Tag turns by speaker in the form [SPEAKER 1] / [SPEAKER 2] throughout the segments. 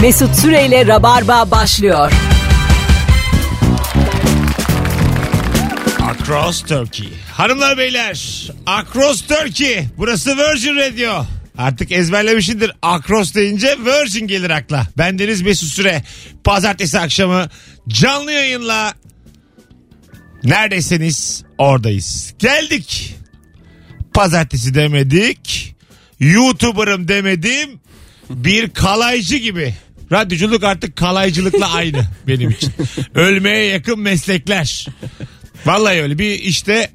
[SPEAKER 1] Mesut Süreyle Rabarba başlıyor.
[SPEAKER 2] Across Turkey. Hanımlar beyler Across Turkey. Burası Virgin Radio. Artık ezberlemişindir. Akros deyince Virgin gelir akla. Bendeniz Mesut Süre. Pazartesi akşamı canlı yayınla neredesiniz oradayız. Geldik. Pazartesi demedik. YouTuber'ım demedim. Bir kalaycı gibi. Radyoculuk artık kalaycılıkla aynı benim için. Ölmeye yakın meslekler. Vallahi öyle bir işte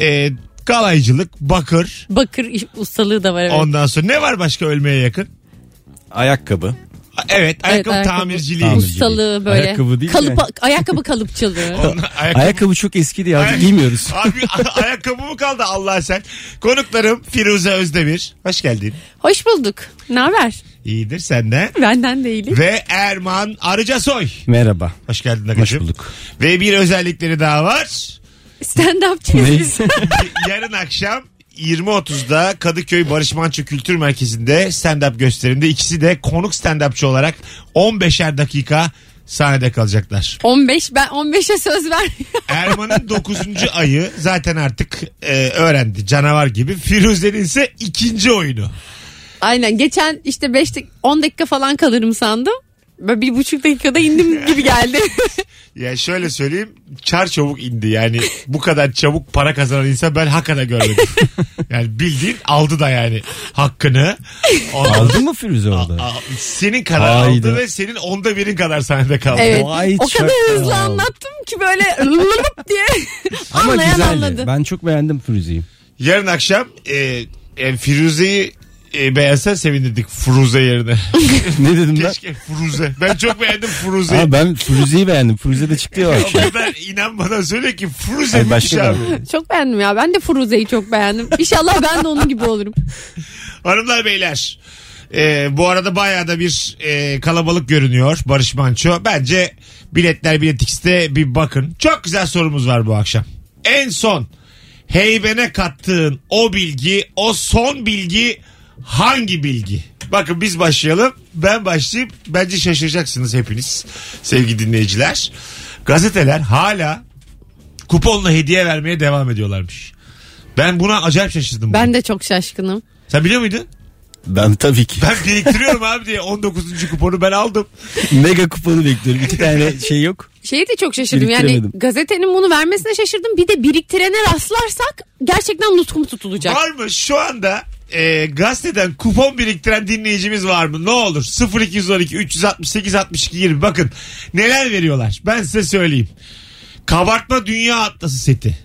[SPEAKER 2] e, kalaycılık, bakır.
[SPEAKER 3] Bakır iş- ustalığı da var evet.
[SPEAKER 2] Ondan sonra ne var başka ölmeye yakın?
[SPEAKER 4] Ayakkabı.
[SPEAKER 2] Evet, ayakkabı
[SPEAKER 3] ayakkabı.
[SPEAKER 2] tamirciliği.
[SPEAKER 4] Tamir.
[SPEAKER 3] Ustalığı böyle.
[SPEAKER 4] Ayakkabı değil
[SPEAKER 3] Kalıp,
[SPEAKER 4] yani.
[SPEAKER 3] Ayakkabı kalıpçılığı.
[SPEAKER 2] Onun ayakkabı-
[SPEAKER 4] Ayakkabı çok eski diye artık
[SPEAKER 2] Ayak-
[SPEAKER 4] giymiyoruz.
[SPEAKER 2] Abi a- ayakkabı mı kaldı Allah sen? Konuklarım Firuze Özdemir. Hoş geldin.
[SPEAKER 3] Hoş bulduk. Ne haber?
[SPEAKER 2] İyidir senden.
[SPEAKER 3] Benden değilim.
[SPEAKER 2] Ve Erman Arıcasoy.
[SPEAKER 4] Merhaba.
[SPEAKER 2] Hoş geldin
[SPEAKER 4] Hoş
[SPEAKER 2] Akıcım.
[SPEAKER 4] bulduk.
[SPEAKER 2] Ve bir özellikleri daha var.
[SPEAKER 3] Stand upçıyız.
[SPEAKER 4] Neyse.
[SPEAKER 2] Yarın akşam 20.30'da Kadıköy Barış Manço Kültür Merkezi'nde stand-up gösterimde ikisi de konuk stand-upçı olarak 15'er dakika sahnede kalacaklar.
[SPEAKER 3] 15 ben 15'e söz ver.
[SPEAKER 2] Erman'ın 9. ayı zaten artık e, öğrendi canavar gibi. Firuze'nin ise ikinci oyunu.
[SPEAKER 3] Aynen geçen işte 5 dak- 10 dakika falan kalırım sandım. Böyle bir buçuk dakikada indim gibi geldi.
[SPEAKER 2] Ya şöyle söyleyeyim çar çabuk indi yani bu kadar çabuk para kazanan insan ben hakada görmedim. Yani bildiğin aldı da yani hakkını. Ondan
[SPEAKER 4] Aldın mı Firuze orada?
[SPEAKER 2] Aa, senin kadar
[SPEAKER 4] Haydi.
[SPEAKER 2] aldı ve senin onda birin kadar sahnede kaldı.
[SPEAKER 3] evet.
[SPEAKER 4] Vay
[SPEAKER 3] o kadar
[SPEAKER 4] çakal.
[SPEAKER 3] hızlı anlattım ki böyle lıp diye
[SPEAKER 4] Ama
[SPEAKER 3] anlayan
[SPEAKER 4] güzeldi.
[SPEAKER 3] anladı.
[SPEAKER 4] Ben çok beğendim Firuze'yi.
[SPEAKER 2] Yarın akşam e, e, Firuze'yi e, beğensen sevinirdik Furuze yerine.
[SPEAKER 4] ne dedim ben?
[SPEAKER 2] Keşke Furuze. Ben çok beğendim Furuze'yi.
[SPEAKER 4] Aa, ben Firuze'yi beğendim. Firuze de çıktı ya o
[SPEAKER 2] O
[SPEAKER 4] akşam.
[SPEAKER 2] kadar inanmadan söyle ki Furuze
[SPEAKER 4] Ay,
[SPEAKER 2] müthiş
[SPEAKER 4] başka
[SPEAKER 2] abi.
[SPEAKER 4] bir-
[SPEAKER 3] Çok beğendim ya. Ben de Furuze'yi çok beğendim. İnşallah ben de onun gibi olurum.
[SPEAKER 2] Hanımlar beyler. e, bu arada bayağı da bir e, kalabalık görünüyor Barış Manço. Bence biletler Bilet X'te bir bakın. Çok güzel sorumuz var bu akşam. En son heybene kattığın o bilgi, o son bilgi hangi bilgi? Bakın biz başlayalım. Ben başlayayım. Bence şaşıracaksınız hepiniz sevgili dinleyiciler. Gazeteler hala kuponla hediye vermeye devam ediyorlarmış. Ben buna acayip şaşırdım.
[SPEAKER 3] Ben de çok şaşkınım.
[SPEAKER 2] Sen biliyor muydun?
[SPEAKER 4] Ben tabii ki.
[SPEAKER 2] Ben biriktiriyorum abi diye 19. kuponu ben aldım.
[SPEAKER 4] Mega kuponu bekliyorum. İki tane şey yok.
[SPEAKER 3] Şeyi de çok şaşırdım yani
[SPEAKER 4] Biriktiremedim.
[SPEAKER 3] gazetenin bunu vermesine şaşırdım. Bir de biriktirene rastlarsak gerçekten nutkum tutulacak.
[SPEAKER 2] Var mı şu anda e, gazeteden kupon biriktiren dinleyicimiz var mı? Ne olur 0212 368 62 20 bakın neler veriyorlar. Ben size söyleyeyim. Kabartma Dünya Atlası seti.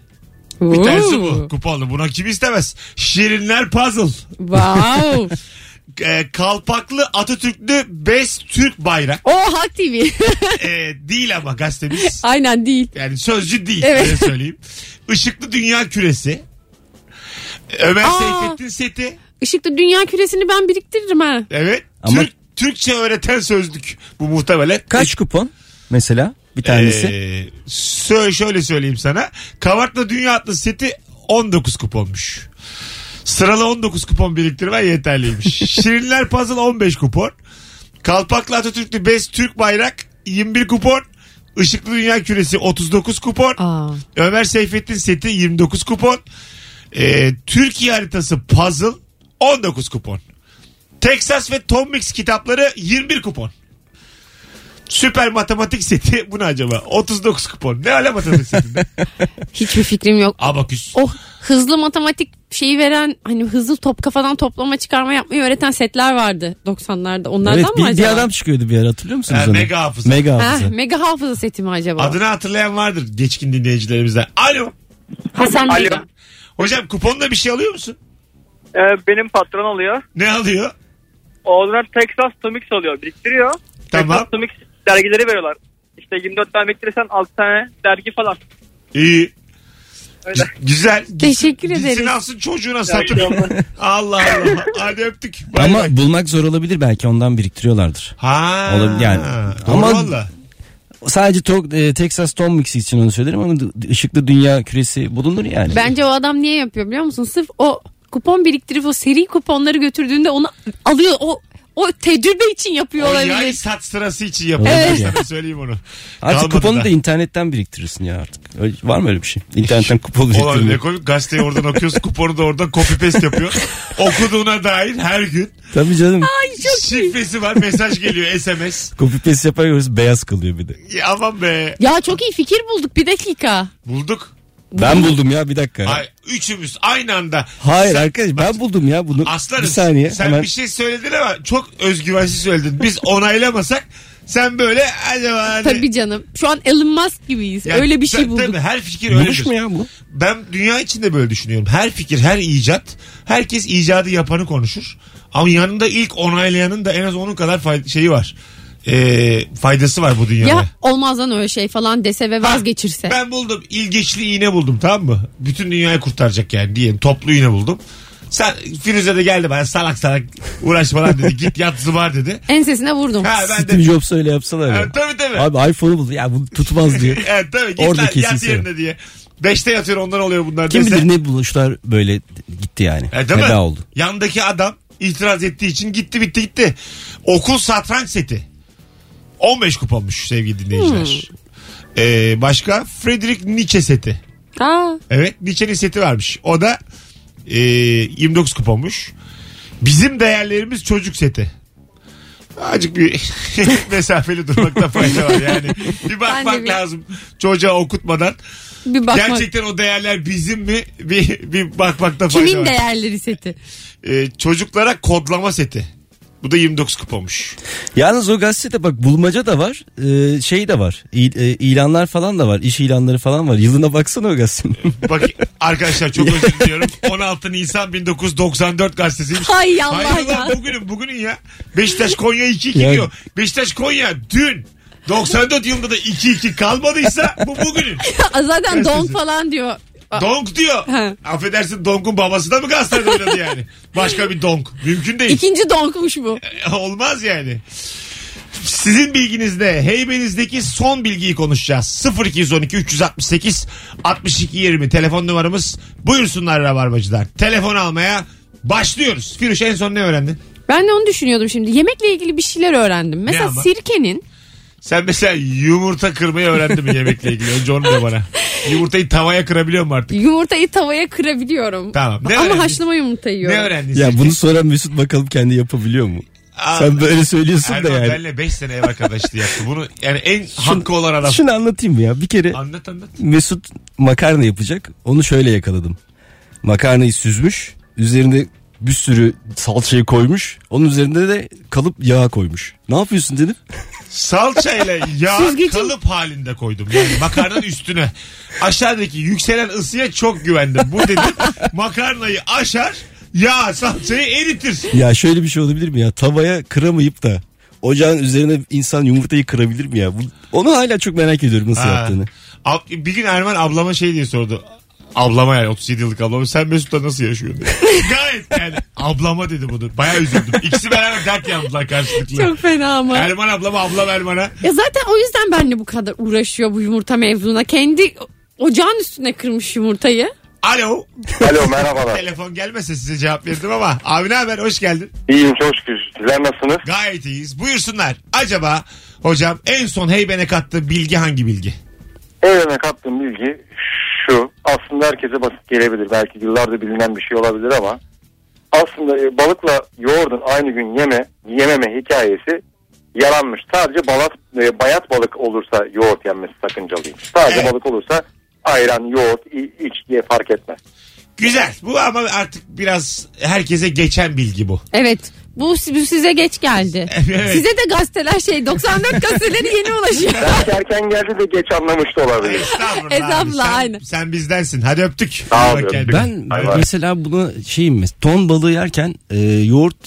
[SPEAKER 2] Bir tanesi bu kuponlu. Buna kim istemez? Şirinler Puzzle.
[SPEAKER 3] Wow.
[SPEAKER 2] E, kalpaklı Atatürklü Best Türk Bayrak.
[SPEAKER 3] o Halk TV.
[SPEAKER 2] E, değil ama gazetemiz.
[SPEAKER 3] Aynen değil.
[SPEAKER 2] Yani sözcü değil
[SPEAKER 3] Evet.
[SPEAKER 2] öyle söyleyeyim. Işıklı Dünya Küresi. Ömer
[SPEAKER 3] Aa.
[SPEAKER 2] Seyfettin seti.
[SPEAKER 3] Işıklı Dünya Küresini ben biriktiririm ha.
[SPEAKER 2] Evet.
[SPEAKER 4] Ama-
[SPEAKER 2] Türk Türkçe öğreten sözlük bu muhtemelen.
[SPEAKER 4] Kaç kupon mesela? Bir
[SPEAKER 2] Ee,
[SPEAKER 4] tanesi.
[SPEAKER 2] sö- şöyle söyleyeyim sana. Kavartla Dünya Atlası seti 19 kuponmuş. Sıralı 19 kupon biriktirmen yeterliymiş. Şirinler Puzzle 15 kupon. Kalpaklı Atatürklü Best Türk Bayrak 21 kupon. Işıklı Dünya Küresi 39 kupon.
[SPEAKER 3] Aa.
[SPEAKER 2] Ömer Seyfettin seti 29 kupon. Ee, Türkiye haritası puzzle 19 kupon. Texas ve Tom Mix kitapları 21 kupon. Süper matematik seti bu ne acaba? 39 kupon. Ne ala matematik setinde?
[SPEAKER 3] Hiçbir fikrim yok.
[SPEAKER 2] Abaküs.
[SPEAKER 3] O hızlı matematik şeyi veren hani hızlı top kafadan toplama çıkarma yapmayı öğreten setler vardı 90'larda. Onlardan
[SPEAKER 4] Evet
[SPEAKER 3] mı
[SPEAKER 4] bir,
[SPEAKER 3] acaba?
[SPEAKER 4] bir adam çıkıyordu bir yer hatırlıyor musunuz
[SPEAKER 2] Ha,
[SPEAKER 4] onu?
[SPEAKER 2] mega hafıza.
[SPEAKER 4] Mega
[SPEAKER 3] Ha,
[SPEAKER 4] hafıza.
[SPEAKER 3] mega hafıza seti mi acaba?
[SPEAKER 2] Adını hatırlayan vardır geçkin dinleyicilerimizden. Alo.
[SPEAKER 3] Hasan
[SPEAKER 5] Alo.
[SPEAKER 3] Mega.
[SPEAKER 2] Hocam kuponla bir şey alıyor musun?
[SPEAKER 5] Ee, benim patron alıyor.
[SPEAKER 2] Ne alıyor?
[SPEAKER 5] Onlar Texas Tomix alıyor. Biriktiriyor.
[SPEAKER 2] Tamam.
[SPEAKER 5] Texas Tomix dergileri veriyorlar. İşte 24 tane biriktirirsen 6 tane dergi falan.
[SPEAKER 2] İyi.
[SPEAKER 5] Öyle.
[SPEAKER 2] Güzel.
[SPEAKER 3] Teşekkür
[SPEAKER 2] Gitsin
[SPEAKER 3] ederiz.
[SPEAKER 2] alsın çocuğuna
[SPEAKER 5] iyi
[SPEAKER 2] satın.
[SPEAKER 5] akşamlar.
[SPEAKER 2] Allah Allah. Hadi öptük. Bay
[SPEAKER 4] Ama
[SPEAKER 2] bay.
[SPEAKER 4] bulmak zor olabilir belki ondan biriktiriyorlardır.
[SPEAKER 2] Ha.
[SPEAKER 4] Olabilir yani.
[SPEAKER 2] Doğru
[SPEAKER 4] Ama-
[SPEAKER 2] valla.
[SPEAKER 4] Sadece to- e, Texas Tom Mix için onu söylerim ama d- ışıklı dünya küresi bulunur yani.
[SPEAKER 3] Bence o adam niye yapıyor biliyor musun? Sırf o kupon biriktirip o seri kuponları götürdüğünde onu alıyor. O O tecrübe için yapıyor
[SPEAKER 2] O
[SPEAKER 3] olabilir.
[SPEAKER 2] yay sat sırası için yapıyor.
[SPEAKER 4] Evet.
[SPEAKER 2] Ben Sana söyleyeyim onu.
[SPEAKER 4] Artık
[SPEAKER 2] Kalmadı
[SPEAKER 4] kuponu da. internetten biriktirirsin ya artık. Öyle- var mı öyle bir şey? İnternetten kupon
[SPEAKER 2] Olan ne
[SPEAKER 4] biriktirmek.
[SPEAKER 2] komik gazeteyi oradan okuyorsun kuponu da oradan copy paste yapıyor. Okuduğuna dair her gün
[SPEAKER 4] Tabii canım.
[SPEAKER 2] şifresi var mesaj geliyor SMS.
[SPEAKER 4] Copy paste yapıyoruz beyaz kalıyor bir de.
[SPEAKER 2] Ya aman be
[SPEAKER 3] Ya çok iyi fikir bulduk bir dakika.
[SPEAKER 2] bulduk.
[SPEAKER 4] Ben buldum ya bir dakika.
[SPEAKER 2] Ay, üçümüz aynı anda.
[SPEAKER 4] Hayır arkadaş ben buldum ya bunu.
[SPEAKER 2] Aslanım
[SPEAKER 4] bir saniye
[SPEAKER 2] sen
[SPEAKER 4] hemen.
[SPEAKER 2] bir şey söyledin ama çok özgüvensiz söyledin. Biz onaylamasak sen böyle acaba hani-
[SPEAKER 3] Tabii canım. Şu an Elon Musk gibiyiz.
[SPEAKER 2] Yani
[SPEAKER 3] Öyle bir
[SPEAKER 2] sen-
[SPEAKER 3] şey bulduk.
[SPEAKER 2] Tabii, her fikir
[SPEAKER 4] Buluş
[SPEAKER 2] öyledir.
[SPEAKER 4] mu ya bu?
[SPEAKER 2] Ben dünya içinde böyle düşünüyorum. Her fikir, her icat, herkes icadı yapanı konuşur. Ama yanında ilk onaylayanın da en az onun kadar fay- şeyi var. Ee, faydası var bu dünyada.
[SPEAKER 3] Ya olmaz lan öyle şey falan dese ve vazgeçirse.
[SPEAKER 2] Ben buldum ilginçli iğne buldum tamam mı? Bütün dünyayı kurtaracak yani diyelim toplu iğne buldum. Sen, Firuze de geldi bana salak salak uğraşma lan dedi. Git yat zıbar dedi.
[SPEAKER 3] Ensesine vurdum.
[SPEAKER 2] Ha E, ben de
[SPEAKER 4] Steve Jobs öyle yapsalar ya.
[SPEAKER 2] Evet, tabii tabii.
[SPEAKER 4] Abi iPhone'u buldu ya bu tutmaz diyor.
[SPEAKER 2] evet, tabii git
[SPEAKER 4] Orada
[SPEAKER 2] lan, yat
[SPEAKER 4] kesilse.
[SPEAKER 2] yerine diye. Beşte yatıyor ondan oluyor bunlar.
[SPEAKER 4] Kim
[SPEAKER 2] dese.
[SPEAKER 4] bilir ne buluşlar böyle gitti yani.
[SPEAKER 2] E, değil mi?
[SPEAKER 4] Feda oldu.
[SPEAKER 2] Yandaki adam itiraz ettiği için gitti bitti gitti. Okul satranç seti. 15 kuponmuş sevgili
[SPEAKER 3] Hmm.
[SPEAKER 2] dinleyiciler. Ee, başka Friedrich Nietzsche seti.
[SPEAKER 3] Aa,
[SPEAKER 2] Evet Nietzsche'nin seti varmış. O da e, 29 kuponmuş. Bizim değerlerimiz çocuk seti. Azıcık bir mesafeli durmakta fayda var yani. Bir bakmak
[SPEAKER 3] bir-
[SPEAKER 2] lazım çocuğa okutmadan.
[SPEAKER 3] bir bakma.
[SPEAKER 2] Gerçekten o değerler bizim mi? Bir, bir bakmakta fayda var.
[SPEAKER 3] Kimin değerleri seti?
[SPEAKER 2] Ee, çocuklara kodlama seti. Bu da 29 kuponmuş.
[SPEAKER 4] Yalnız o gazetede bak bulmaca da var e, şey de var İ- e, ilanlar falan da var iş ilanları falan var yılına baksana o gazetenin.
[SPEAKER 2] Bak arkadaşlar çok özür diliyorum. 16 Nisan 1994 gazetesiymiş.
[SPEAKER 3] Hay Allah
[SPEAKER 2] Hayır lan
[SPEAKER 3] ya.
[SPEAKER 2] bugünün bugünün ya. Beşiktaş Konya 2-2
[SPEAKER 4] Ya.
[SPEAKER 2] diyor. Beşiktaş Konya dün 94 yılında da 2-2 kalmadıysa bu bugünün.
[SPEAKER 3] Zaten don
[SPEAKER 2] sesi.
[SPEAKER 3] falan diyor. Aa,
[SPEAKER 2] Donk diyor.
[SPEAKER 3] Ha.
[SPEAKER 2] Affedersin Donk'un babası da mı Galatasaray'da oynadı yani? Başka bir Donk. Mümkün değil.
[SPEAKER 3] İkinci donkmuş bu.
[SPEAKER 2] Olmaz yani. Sizin bilginizde heybenizdeki son bilgiyi konuşacağız. 0212 368 62 20 telefon numaramız. Buyursunlar Rabarbacılar. Telefon almaya başlıyoruz. Firuş en son ne öğrendin?
[SPEAKER 3] Ben de onu düşünüyordum şimdi. Yemekle ilgili bir şeyler öğrendim. Mesela
[SPEAKER 2] ama?
[SPEAKER 3] sirkenin
[SPEAKER 2] Sen mesela yumurta kırmayı öğrendin mi yemekle ilgili? Önce onu da bana. Yumurtayı tavaya kırabiliyor mu artık?
[SPEAKER 3] yumurtayı tavaya kırabiliyorum.
[SPEAKER 2] Tamam. Ne
[SPEAKER 3] Ama
[SPEAKER 2] öğrendin?
[SPEAKER 3] haşlama yumurta yiyorum.
[SPEAKER 2] Ne öğrendin?
[SPEAKER 4] ya
[SPEAKER 2] sen?
[SPEAKER 4] bunu soran Mesut bakalım kendi yapabiliyor mu?
[SPEAKER 2] Aa,
[SPEAKER 4] Sen böyle söylüyorsun da
[SPEAKER 2] Erman
[SPEAKER 4] yani.
[SPEAKER 2] benle 5 sene ev arkadaşlığı yaptı. Bunu yani en hakkı olan adam.
[SPEAKER 4] Şunu anlatayım mı ya bir kere
[SPEAKER 2] Anlat anlat.
[SPEAKER 4] Mesut makarna yapacak. Onu şöyle yakaladım. Makarnayı süzmüş. Üzerine bir sürü salçayı koymuş. Onun üzerinde de kalıp yağ koymuş. Ne yapıyorsun dedim.
[SPEAKER 2] Salçayla yağ
[SPEAKER 3] Süzgecin-
[SPEAKER 2] kalıp halinde koydum. Yani makarnanın üstüne. Aşağıdaki yükselen ısıya çok güvendim. Bu dedim makarnayı aşar yağ salçayı eritir.
[SPEAKER 4] Ya şöyle bir şey olabilir mi ya? Tavaya kıramayıp da ocağın üzerine insan yumurtayı kırabilir mi ya? Bu- Onu hala çok merak ediyorum nasıl
[SPEAKER 2] Ha.
[SPEAKER 4] yaptığını.
[SPEAKER 2] Ab- Bir gün Erman ablama şey diye sordu. Ablama yani 37 yıllık ablama sen Mesut'la nasıl yaşıyorsun? dedi. Gayet yani ablama dedi bunu. Bayağı üzüldüm. İkisi beraber dert yandılar karşılıklı.
[SPEAKER 3] Çok fena ama.
[SPEAKER 2] Erman ablama ablam Erman'a.
[SPEAKER 3] Ya zaten o yüzden benle bu kadar uğraşıyor bu yumurta mevzuna. Kendi ocağın üstüne kırmış yumurtayı.
[SPEAKER 2] Alo.
[SPEAKER 6] Alo merhabalar.
[SPEAKER 2] Telefon gelmese size cevap verirdim ama. Abi ne haber hoş geldin.
[SPEAKER 6] İyiyim çok şükür. Sizler nasılsınız?
[SPEAKER 2] Gayet iyiyiz. Buyursunlar. Acaba hocam en son heybene kattığı bilgi hangi bilgi?
[SPEAKER 6] Evrene kattığım bilgi şu. Aslında herkese basit gelebilir. Belki yıllardır bilinen bir şey olabilir ama aslında e, balıkla yoğurdun aynı gün yeme yememe hikayesi yalanmış. Sadece balat, e, bayat balık olursa yoğurt yenmesi sakıncalıymış. Sadece
[SPEAKER 2] Evet.
[SPEAKER 6] balık olursa ayran, yoğurt, i- iç diye fark etmez.
[SPEAKER 2] Güzel. Bu ama artık biraz herkese geçen bilgi bu.
[SPEAKER 3] Evet. Bu, bu size geç geldi.
[SPEAKER 2] Evet.
[SPEAKER 3] Size de gazeteler şey 94 gazeteleri yeni ulaşıyor.
[SPEAKER 6] Belki erken geldi de geç anlamış da olabilir.
[SPEAKER 2] Estağfurullah. abi.
[SPEAKER 3] Estağfurullah,
[SPEAKER 2] Sen,
[SPEAKER 3] aynen.
[SPEAKER 2] sen bizdensin. Hadi öptük.
[SPEAKER 6] Sağ ol,
[SPEAKER 2] Bak kendine.
[SPEAKER 6] öptük.
[SPEAKER 4] Ben
[SPEAKER 6] Hayır, hayır.
[SPEAKER 4] mesela buna şeyim mes- ton balığı yerken e, yoğurt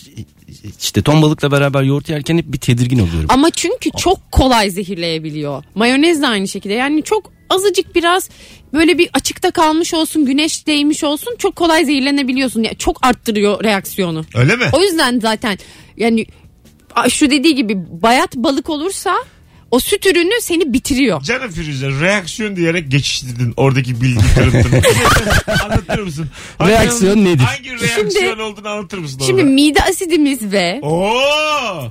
[SPEAKER 4] işte ton balıkla beraber yoğurt yerken hep bir tedirgin oluyorum.
[SPEAKER 3] Ama çünkü çok kolay zehirleyebiliyor. Mayonez de aynı şekilde. Yani çok azıcık biraz böyle bir açıkta kalmış olsun, güneş değmiş olsun çok kolay zehirlenebiliyorsun. Ya çok arttırıyor reaksiyonu.
[SPEAKER 2] Öyle mi?
[SPEAKER 3] O yüzden zaten yani a- şu dediği gibi bayat balık olursa O süt ürünü seni bitiriyor.
[SPEAKER 2] Canım Firuze reaksiyon diyerek geçiştirdin oradaki bilgi kırıntını. anlatır mısın?
[SPEAKER 4] Reaksiyon nedir?
[SPEAKER 2] Hangi reaksiyon
[SPEAKER 3] Şimdi-
[SPEAKER 2] olduğunu anlatır mısın?
[SPEAKER 3] Şimdi
[SPEAKER 2] orada?
[SPEAKER 3] mide asidimiz ve
[SPEAKER 2] Oo,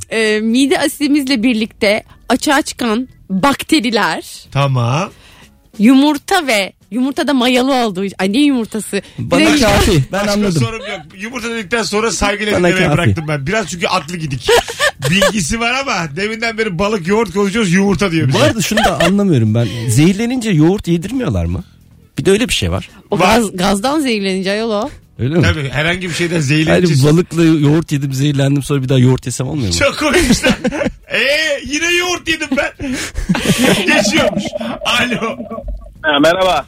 [SPEAKER 3] e, mide asidimizle birlikte açığa çıkan bakteriler,
[SPEAKER 2] tamam.
[SPEAKER 3] yumurta ve yumurtada mayalı olduğu için anne yumurtası.
[SPEAKER 4] Bana
[SPEAKER 3] Direkt-
[SPEAKER 4] kafi. Ben
[SPEAKER 2] Başka
[SPEAKER 4] anladım.
[SPEAKER 2] sorum yok. Yumurta dedikten sonra saygıyla
[SPEAKER 4] Bana
[SPEAKER 2] dinlemeye
[SPEAKER 4] kafi.
[SPEAKER 2] bıraktım ben. Biraz çünkü atlı gidik. Bilgisi var ama deminden beri balık yoğurt konuşuyoruz yumurta diyor. bize.
[SPEAKER 4] Bu arada şunu da anlamıyorum ben. Zehirlenince yoğurt yedirmiyorlar mı? Bir de öyle bir şey var.
[SPEAKER 3] O gaz, gazdan zehirlenince ayol o.
[SPEAKER 4] Öyle mi?
[SPEAKER 2] Tabii herhangi bir şeyden
[SPEAKER 4] Hayır
[SPEAKER 2] zehirleneceğiz.
[SPEAKER 4] balıkla yoğurt yedim zehirlendim sonra bir daha yoğurt yesem olmuyor mu?
[SPEAKER 2] Çok koymuşlar. Eee yine yoğurt yedim ben. Geçiyormuş. Alo.
[SPEAKER 5] Ha, merhaba.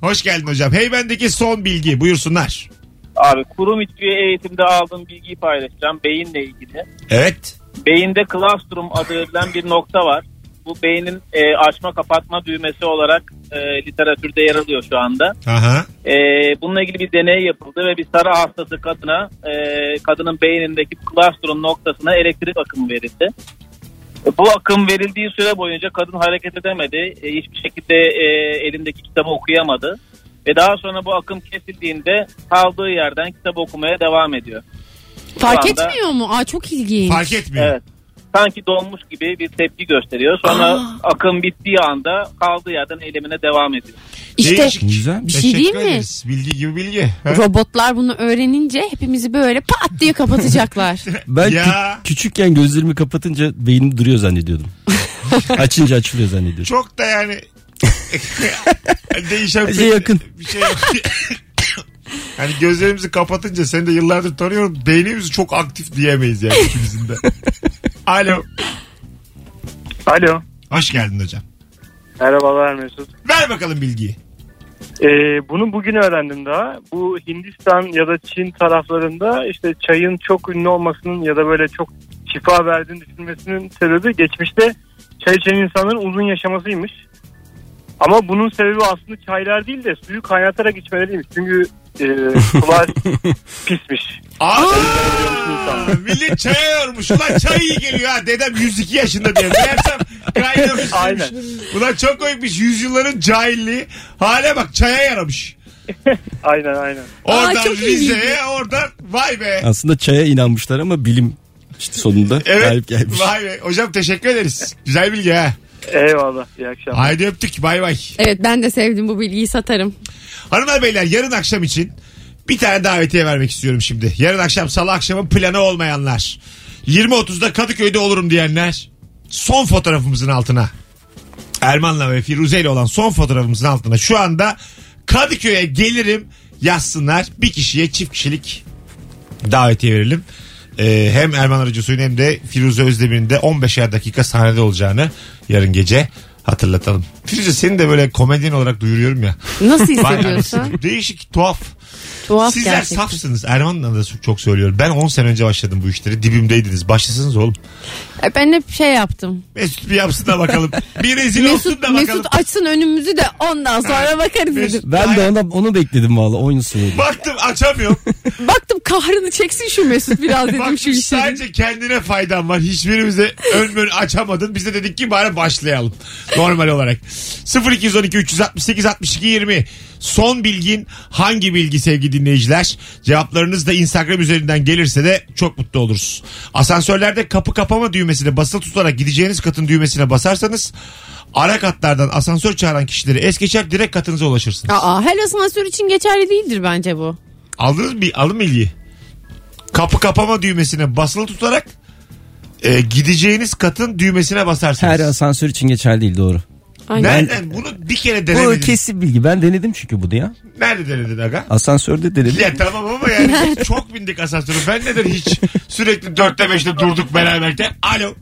[SPEAKER 2] Hoş geldin hocam. Heybendeki son bilgi buyursunlar.
[SPEAKER 5] Abi kurum içi eğitimde aldığım bilgiyi paylaşacağım. Beyinle ilgili.
[SPEAKER 2] Evet.
[SPEAKER 5] Beyinde claustrum adı verilen bir nokta var. Bu beynin e, açma kapatma düğmesi olarak e, literatürde yer alıyor şu anda.
[SPEAKER 2] Aha.
[SPEAKER 5] E, bununla ilgili bir deney yapıldı ve bir sarı hastası kadına e, kadının beynindeki klastron noktasına elektrik akımı verildi. E, Bu akım verildiği süre boyunca kadın hareket edemedi. E, hiçbir şekilde e, elindeki kitabı okuyamadı. Ve daha sonra bu akım kesildiğinde kaldığı yerden kitap okumaya devam ediyor.
[SPEAKER 3] Fark
[SPEAKER 5] anda-
[SPEAKER 3] etmiyor mu? Aa çok ilginç.
[SPEAKER 2] Fark etmiyor.
[SPEAKER 5] Evet. Sanki donmuş gibi bir tepki gösteriyor. Sonra
[SPEAKER 3] Aa.
[SPEAKER 5] akım bittiği anda kaldığı yerden eylemine devam ediyor.
[SPEAKER 3] İşte
[SPEAKER 2] Değişik.
[SPEAKER 4] Güzel.
[SPEAKER 3] bir şey değil
[SPEAKER 2] Teşekkür
[SPEAKER 3] mi?
[SPEAKER 2] ederiz. Bilgi gibi bilgi. Ha?
[SPEAKER 3] Robotlar bunu öğrenince hepimizi böyle pat diye kapatacaklar.
[SPEAKER 4] Ben
[SPEAKER 2] Ya.
[SPEAKER 4] kü- küçükken gözlerimi kapatınca beynim duruyor zannediyordum. Açınca açılıyor zannediyordum.
[SPEAKER 2] Çok da yani değişen
[SPEAKER 4] Bize yakın.
[SPEAKER 2] bir şey yok. Hani gözlerimizi kapatınca seni de yıllardır tanıyorum. Beynimiz çok aktif diyemeyiz yani ikimizin de. Alo.
[SPEAKER 7] Alo.
[SPEAKER 2] Hoş geldin hocam.
[SPEAKER 7] Merhabalar Mesut.
[SPEAKER 2] Ver bakalım bilgiyi.
[SPEAKER 7] Ee, bunu bugün öğrendim daha. Bu Hindistan ya da Çin taraflarında işte çayın çok ünlü olmasının ya da böyle çok şifa verdiğini düşünmesinin sebebi geçmişte çay içen insanların uzun yaşamasıymış. Ama bunun sebebi aslında çaylar değil de suyu kaynatarak içmeleriymiş. Çünkü e, sular pismiş.
[SPEAKER 2] Aa, millet çaya yormuş. Ulan çay iyi geliyor ha. Dedem 102 yaşında diye. Meğersem kaynamış.
[SPEAKER 7] Aynen.
[SPEAKER 2] Ulan çok koymuş. Yüzyılların cahilliği. Hale bak çaya yaramış.
[SPEAKER 7] Aynen aynen.
[SPEAKER 2] Oradan
[SPEAKER 3] çok iyi bilgi.
[SPEAKER 2] Rize'ye oradan vay be.
[SPEAKER 4] Aslında çaya inanmışlar ama bilim işte sonunda
[SPEAKER 2] Evet.
[SPEAKER 4] galip gelmiş.
[SPEAKER 2] Vay be. Hocam teşekkür ederiz. Güzel bilgi ha.
[SPEAKER 7] Eyvallah. İyi akşamlar.
[SPEAKER 2] Haydi öptük. Bay bay.
[SPEAKER 3] evet ben de sevdim bu bilgiyi satarım.
[SPEAKER 2] Hanımlar beyler yarın akşam için bir tane davetiye vermek istiyorum şimdi. Yarın akşam salı akşamın planı olmayanlar. 20.30'da Kadıköy'de olurum diyenler. Son fotoğrafımızın altına. Erman'la ve Firuze ile olan son fotoğrafımızın altına. Şu anda Kadıköy'e gelirim yazsınlar. Bir kişiye çift kişilik davetiye verelim. Ee, hem Erman Arıcı Suyun hem de Firuze Özdemir'in de 15'er dakika sahnede olacağını yarın gece hatırlatalım. Firuze seni de böyle komedyen olarak duyuruyorum ya.
[SPEAKER 3] Nasıl
[SPEAKER 2] Vay
[SPEAKER 3] hissediyorsun?
[SPEAKER 2] anasını. Değişik, tuhaf.
[SPEAKER 3] Tuhaf
[SPEAKER 2] Sizler
[SPEAKER 3] gerçekten.
[SPEAKER 2] safsınız. Erman'la da çok söylüyorum. Ben 10 sene önce başladım bu işleri. Dibimdeydiniz. Başlasınız oğlum.
[SPEAKER 3] E, Ben hep şey yaptım.
[SPEAKER 2] Mesut bir yapsın da bakalım. Bir rezil olsun
[SPEAKER 3] Mesut,
[SPEAKER 2] da bakalım.
[SPEAKER 3] Mesut açsın önümüzü de ondan sonra bakarız
[SPEAKER 2] Mesut-
[SPEAKER 3] dedim.
[SPEAKER 4] Ben de ona, onu bekledim valla 10 sene.
[SPEAKER 2] Baktım açamıyorum.
[SPEAKER 3] Baktım kahrını çeksin şu Mesut biraz dedim şu
[SPEAKER 2] Baktım
[SPEAKER 3] işlerin.
[SPEAKER 2] sadece kendine faydan var. Hiçbirimize ön ön açamadın. Biz de dedik ki bari başlayalım. Normal olarak. 0212 368 62 20. Son bilgin hangi bilgi sevgili dinleyiciler? Cevaplarınız da Instagram üzerinden gelirse de çok mutlu oluruz. Asansörlerde kapı kapama düğmesine basılı tutarak gideceğiniz katın düğmesine basarsanız ara katlardan asansör çağıran kişileri es geçer direkt katınıza ulaşırsınız.
[SPEAKER 3] Aa, her asansör için geçerli değildir bence bu.
[SPEAKER 2] Aldınız mı? Alın bilgiyi. Kapı kapama düğmesine basılı tutarak e, gideceğiniz katın düğmesine basarsınız.
[SPEAKER 4] Her asansör için geçerli değil doğru.
[SPEAKER 3] Aynen.
[SPEAKER 2] Nereden? Bunu bir kere
[SPEAKER 4] Bu
[SPEAKER 2] denemedin.
[SPEAKER 4] kesin bilgi. Ben denedim çünkü bunu ya.
[SPEAKER 2] Nerede denedin aga?
[SPEAKER 4] Asansörde denedim.
[SPEAKER 2] Ya tamam ama yani çok bindik asansörü. Ben neden hiç sürekli dörtte beşte durduk beraberken? Alo.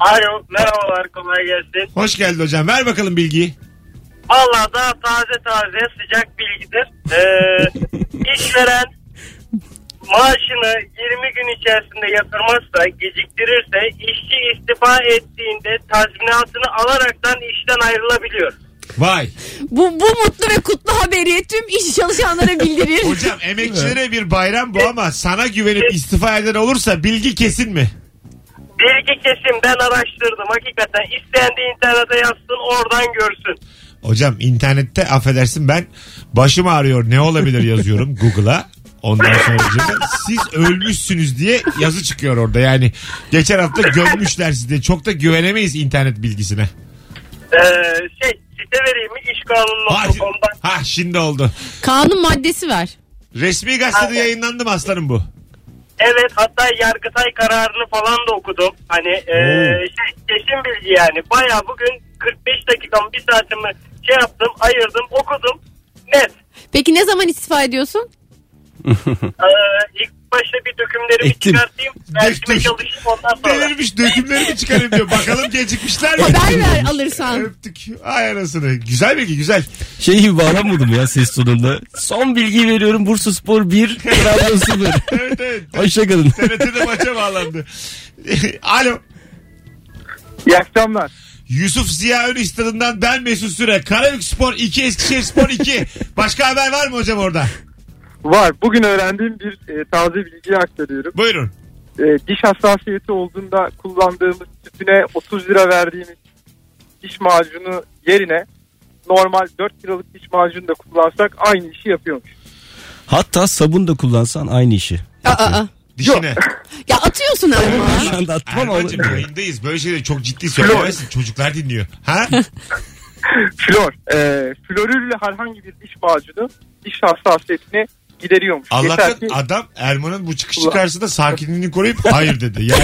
[SPEAKER 8] Alo merhabalar kolay gelsin.
[SPEAKER 2] Hoş geldin hocam. Ver bakalım bilgiyi.
[SPEAKER 8] Valla daha taze taze sıcak bilgidir. Ee, işveren maaşını 20 gün içerisinde yatırmazsa geciktirirse işçi istifa ettiğinde tazminatını alaraktan işten ayrılabiliyor.
[SPEAKER 2] Vay.
[SPEAKER 3] Bu, bu mutlu ve kutlu haberi tüm iş çalışanlara bildirir.
[SPEAKER 2] Hocam emekçilere bir bayram bu ama sana güvenip istifa eden olursa bilgi kesin mi?
[SPEAKER 9] Bir iki kesimden araştırdım. Hakikaten isteyen de internete yazsın oradan görsün.
[SPEAKER 2] Hocam internette affedersin ben başım ağrıyor ne olabilir yazıyorum Google'a. Ondan sonra siz ölmüşsünüz diye yazı çıkıyor orada. Yani geçen hafta gömmüşler sizi diye. Çok da güvenemeyiz internet bilgisine.
[SPEAKER 9] Ee, şey site vereyim mi?
[SPEAKER 2] Ha,
[SPEAKER 9] İşkanun.com'dan.
[SPEAKER 2] ha şimdi oldu.
[SPEAKER 3] Kanun maddesi ver.
[SPEAKER 2] Resmi gazetede
[SPEAKER 9] Aynen.
[SPEAKER 2] yayınlandı mı aslanım bu?
[SPEAKER 9] Evet hatta Yargıtay kararını falan da okudum. Hani e,
[SPEAKER 2] Oo.
[SPEAKER 9] şey, kesin bilgi yani. Baya bugün 45 dakikamı bir saatimi şey yaptım ayırdım okudum. Net.
[SPEAKER 3] Peki ne zaman istifa ediyorsun?
[SPEAKER 9] Ee, ilk başta bir dökümlerimi
[SPEAKER 4] Ektim.
[SPEAKER 9] çıkartayım.
[SPEAKER 2] Döktüm.
[SPEAKER 9] Dersime çalışayım ondan sonra.
[SPEAKER 2] Delirmiş dökümlerini çıkarayım diyor. Bakalım gecikmişler mi?
[SPEAKER 3] Haber ver alırsan.
[SPEAKER 2] Öptük. Ay anasını. Güzel bilgi güzel.
[SPEAKER 4] Şey gibi bağlanmadı mı ya ses sonunda? Son bilgiyi veriyorum. Bursa Spor 1, Trabzon 0.
[SPEAKER 2] Evet evet.
[SPEAKER 4] Hoşçakalın.
[SPEAKER 2] TRT'de maça bağlandı. Alo.
[SPEAKER 10] İyi akşamlar.
[SPEAKER 2] Yusuf Ziya Ön İstadı'ndan ben Mesut Süre. Karabük Spor 2, Eskişehir Spor 2. Başka haber var mı hocam orada?
[SPEAKER 10] Var. Bugün öğrendiğim bir e, taze bilgiyi aktarıyorum.
[SPEAKER 2] Buyurun.
[SPEAKER 10] e, diş hassasiyeti olduğunda kullandığımız tütüne 30 lira verdiğimiz diş macunu yerine normal 4 liralık diş macunu da kullansak aynı işi yapıyormuş.
[SPEAKER 4] Hatta sabun da kullansan aynı işi.
[SPEAKER 3] Aa, aa.
[SPEAKER 2] Dişine.
[SPEAKER 3] Ya atıyorsun ama.
[SPEAKER 4] Şu anda attım ama
[SPEAKER 2] Erman'cığım yayındayız. Böyle şeyleri çok ciddi söylemezsin. Çocuklar dinliyor. Ha?
[SPEAKER 10] Flor, e, florürle herhangi bir diş macunu diş hassasiyetini gideriyormuş. Yeter
[SPEAKER 2] Allah'tan
[SPEAKER 10] ki
[SPEAKER 2] adam Erman'ın bu çıkışı karşısında sakinliğini koruyup hayır dedi. Yani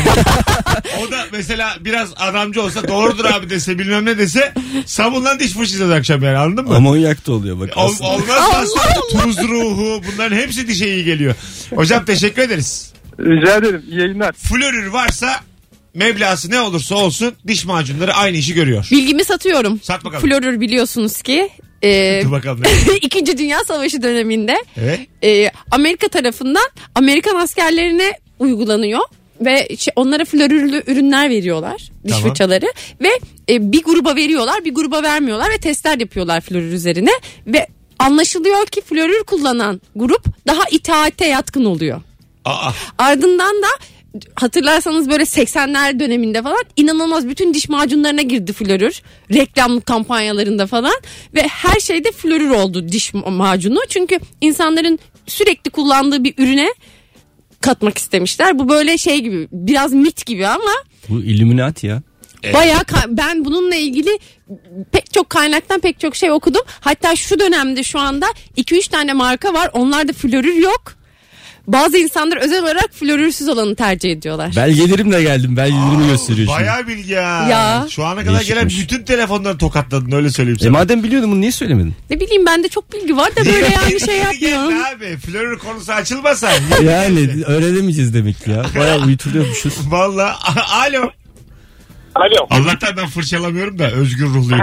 [SPEAKER 2] o da mesela biraz adamcı olsa doğrudur abi dese bilmem ne dese sabunla diş fırçayacağız akşam yani anladın mı?
[SPEAKER 4] amonyak da oluyor bak.
[SPEAKER 2] Ol,
[SPEAKER 4] aslında.
[SPEAKER 2] olmaz aslında tuz ruhu bunların hepsi dişe iyi geliyor. Hocam teşekkür ederiz.
[SPEAKER 10] rica ederim iyi yayınlar.
[SPEAKER 2] Florür varsa meblası ne olursa olsun diş macunları aynı işi görüyor.
[SPEAKER 3] Bilgimi satıyorum.
[SPEAKER 2] Sat bakalım.
[SPEAKER 3] Florür biliyorsunuz ki. E,
[SPEAKER 2] Dur bakalım.
[SPEAKER 3] İkinci Dünya Savaşı döneminde
[SPEAKER 2] Evet.
[SPEAKER 3] e, Amerika tarafından Amerikan askerlerine uygulanıyor ve şey- onlara florürlü ürünler veriyorlar diş
[SPEAKER 2] Tamam.
[SPEAKER 3] fırçaları ve e, bir gruba veriyorlar bir gruba vermiyorlar ve testler yapıyorlar florür üzerine ve anlaşılıyor ki florür kullanan grup daha itaate yatkın oluyor.
[SPEAKER 2] Aa,
[SPEAKER 3] Ardından da hatırlarsanız böyle 80'ler döneminde falan inanılmaz bütün diş macunlarına girdi florür. Reklam kampanyalarında falan ve her şeyde florür oldu diş ma- macunu. Çünkü insanların sürekli kullandığı bir ürüne katmak istemişler. Bu böyle şey gibi biraz mit gibi ama
[SPEAKER 4] Bu Illuminati ya.
[SPEAKER 3] Bayağı ka- ben bununla ilgili pek çok kaynaktan pek çok şey okudum. Hatta şu dönemde şu anda 2-3 tane marka var. Onlarda florür yok. Bazı insanlar özel olarak florürsüz olanı tercih ediyorlar.
[SPEAKER 4] Belgelerimle E, geldim. Belgelerimi gösteriyor şimdi.
[SPEAKER 2] bayağı bilgi ya.
[SPEAKER 3] Ya.
[SPEAKER 2] Şu ana kadar gelen
[SPEAKER 4] Değişikmiş.
[SPEAKER 2] bütün telefonları tokatladın öyle söyleyeyim
[SPEAKER 4] E
[SPEAKER 2] sana.
[SPEAKER 4] madem biliyordun bunu niye söylemedin?
[SPEAKER 3] Ne bileyim bende çok bilgi var da böyle yani şey
[SPEAKER 2] Yeni geldi
[SPEAKER 3] yapmıyorum.
[SPEAKER 2] abi. Flörür konusu açılmasa.
[SPEAKER 4] Yani öğrenemeyeceğiz demek ki ya. Bayağı uyutuluyormuşuz.
[SPEAKER 2] Valla. Alo.
[SPEAKER 11] Alo.
[SPEAKER 2] Allah'tan ben fırçalamıyorum da özgür ruhluyum.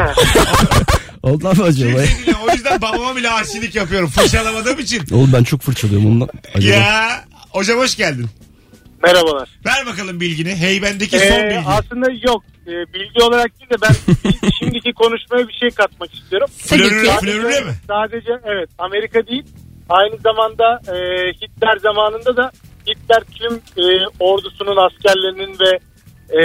[SPEAKER 4] Oldu ama acaba?
[SPEAKER 2] Kimse dinle. O yüzden babama bile asilik yapıyorum. Fırçalamadığım için.
[SPEAKER 4] Oğlum ben çok fırçalıyorum ondan. Acaba?
[SPEAKER 2] Ya. Hocam hoş geldin.
[SPEAKER 11] Merhabalar.
[SPEAKER 2] Ver bakalım bilgini. Heybendeki son
[SPEAKER 10] E,
[SPEAKER 11] Ee,
[SPEAKER 2] bilgi.
[SPEAKER 11] aslında yok. Ee, bilgi olarak değil de ben şimdiki konuşmaya bir şey katmak istiyorum.
[SPEAKER 3] Tabii ki.
[SPEAKER 2] Flörür- Flörüre mi?
[SPEAKER 11] Sadece evet Amerika değil. Aynı zamanda e, Hitler zamanında da Hitler tüm e, ordusunun askerlerinin ve e,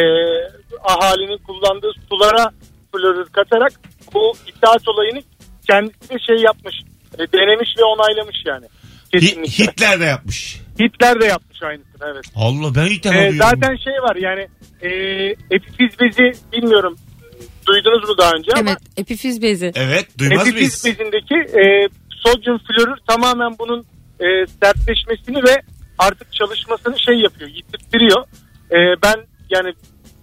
[SPEAKER 11] ahalinin kullandığı sulara florür katarak bu itaat olayını kendisi de şey yapmış. e, denemiş ve onaylamış yani.
[SPEAKER 2] Hi-
[SPEAKER 11] Kesinlikle.
[SPEAKER 2] Hitler de yapmış.
[SPEAKER 11] Hitler de yapmış aynısını evet.
[SPEAKER 2] Allah ben ilk defa
[SPEAKER 11] Ee,
[SPEAKER 2] duyuyorum.
[SPEAKER 11] zaten şey var yani e, epifiz bezi bilmiyorum duydunuz mu daha önce ama
[SPEAKER 3] Evet epifiz bezi.
[SPEAKER 2] Evet duymaz
[SPEAKER 11] epifiz
[SPEAKER 2] mıyız?
[SPEAKER 11] bezindeki e, sodyum florür tamamen bunun e, sertleşmesini ve artık çalışmasını şey yapıyor yitirttiriyor. E, ben yani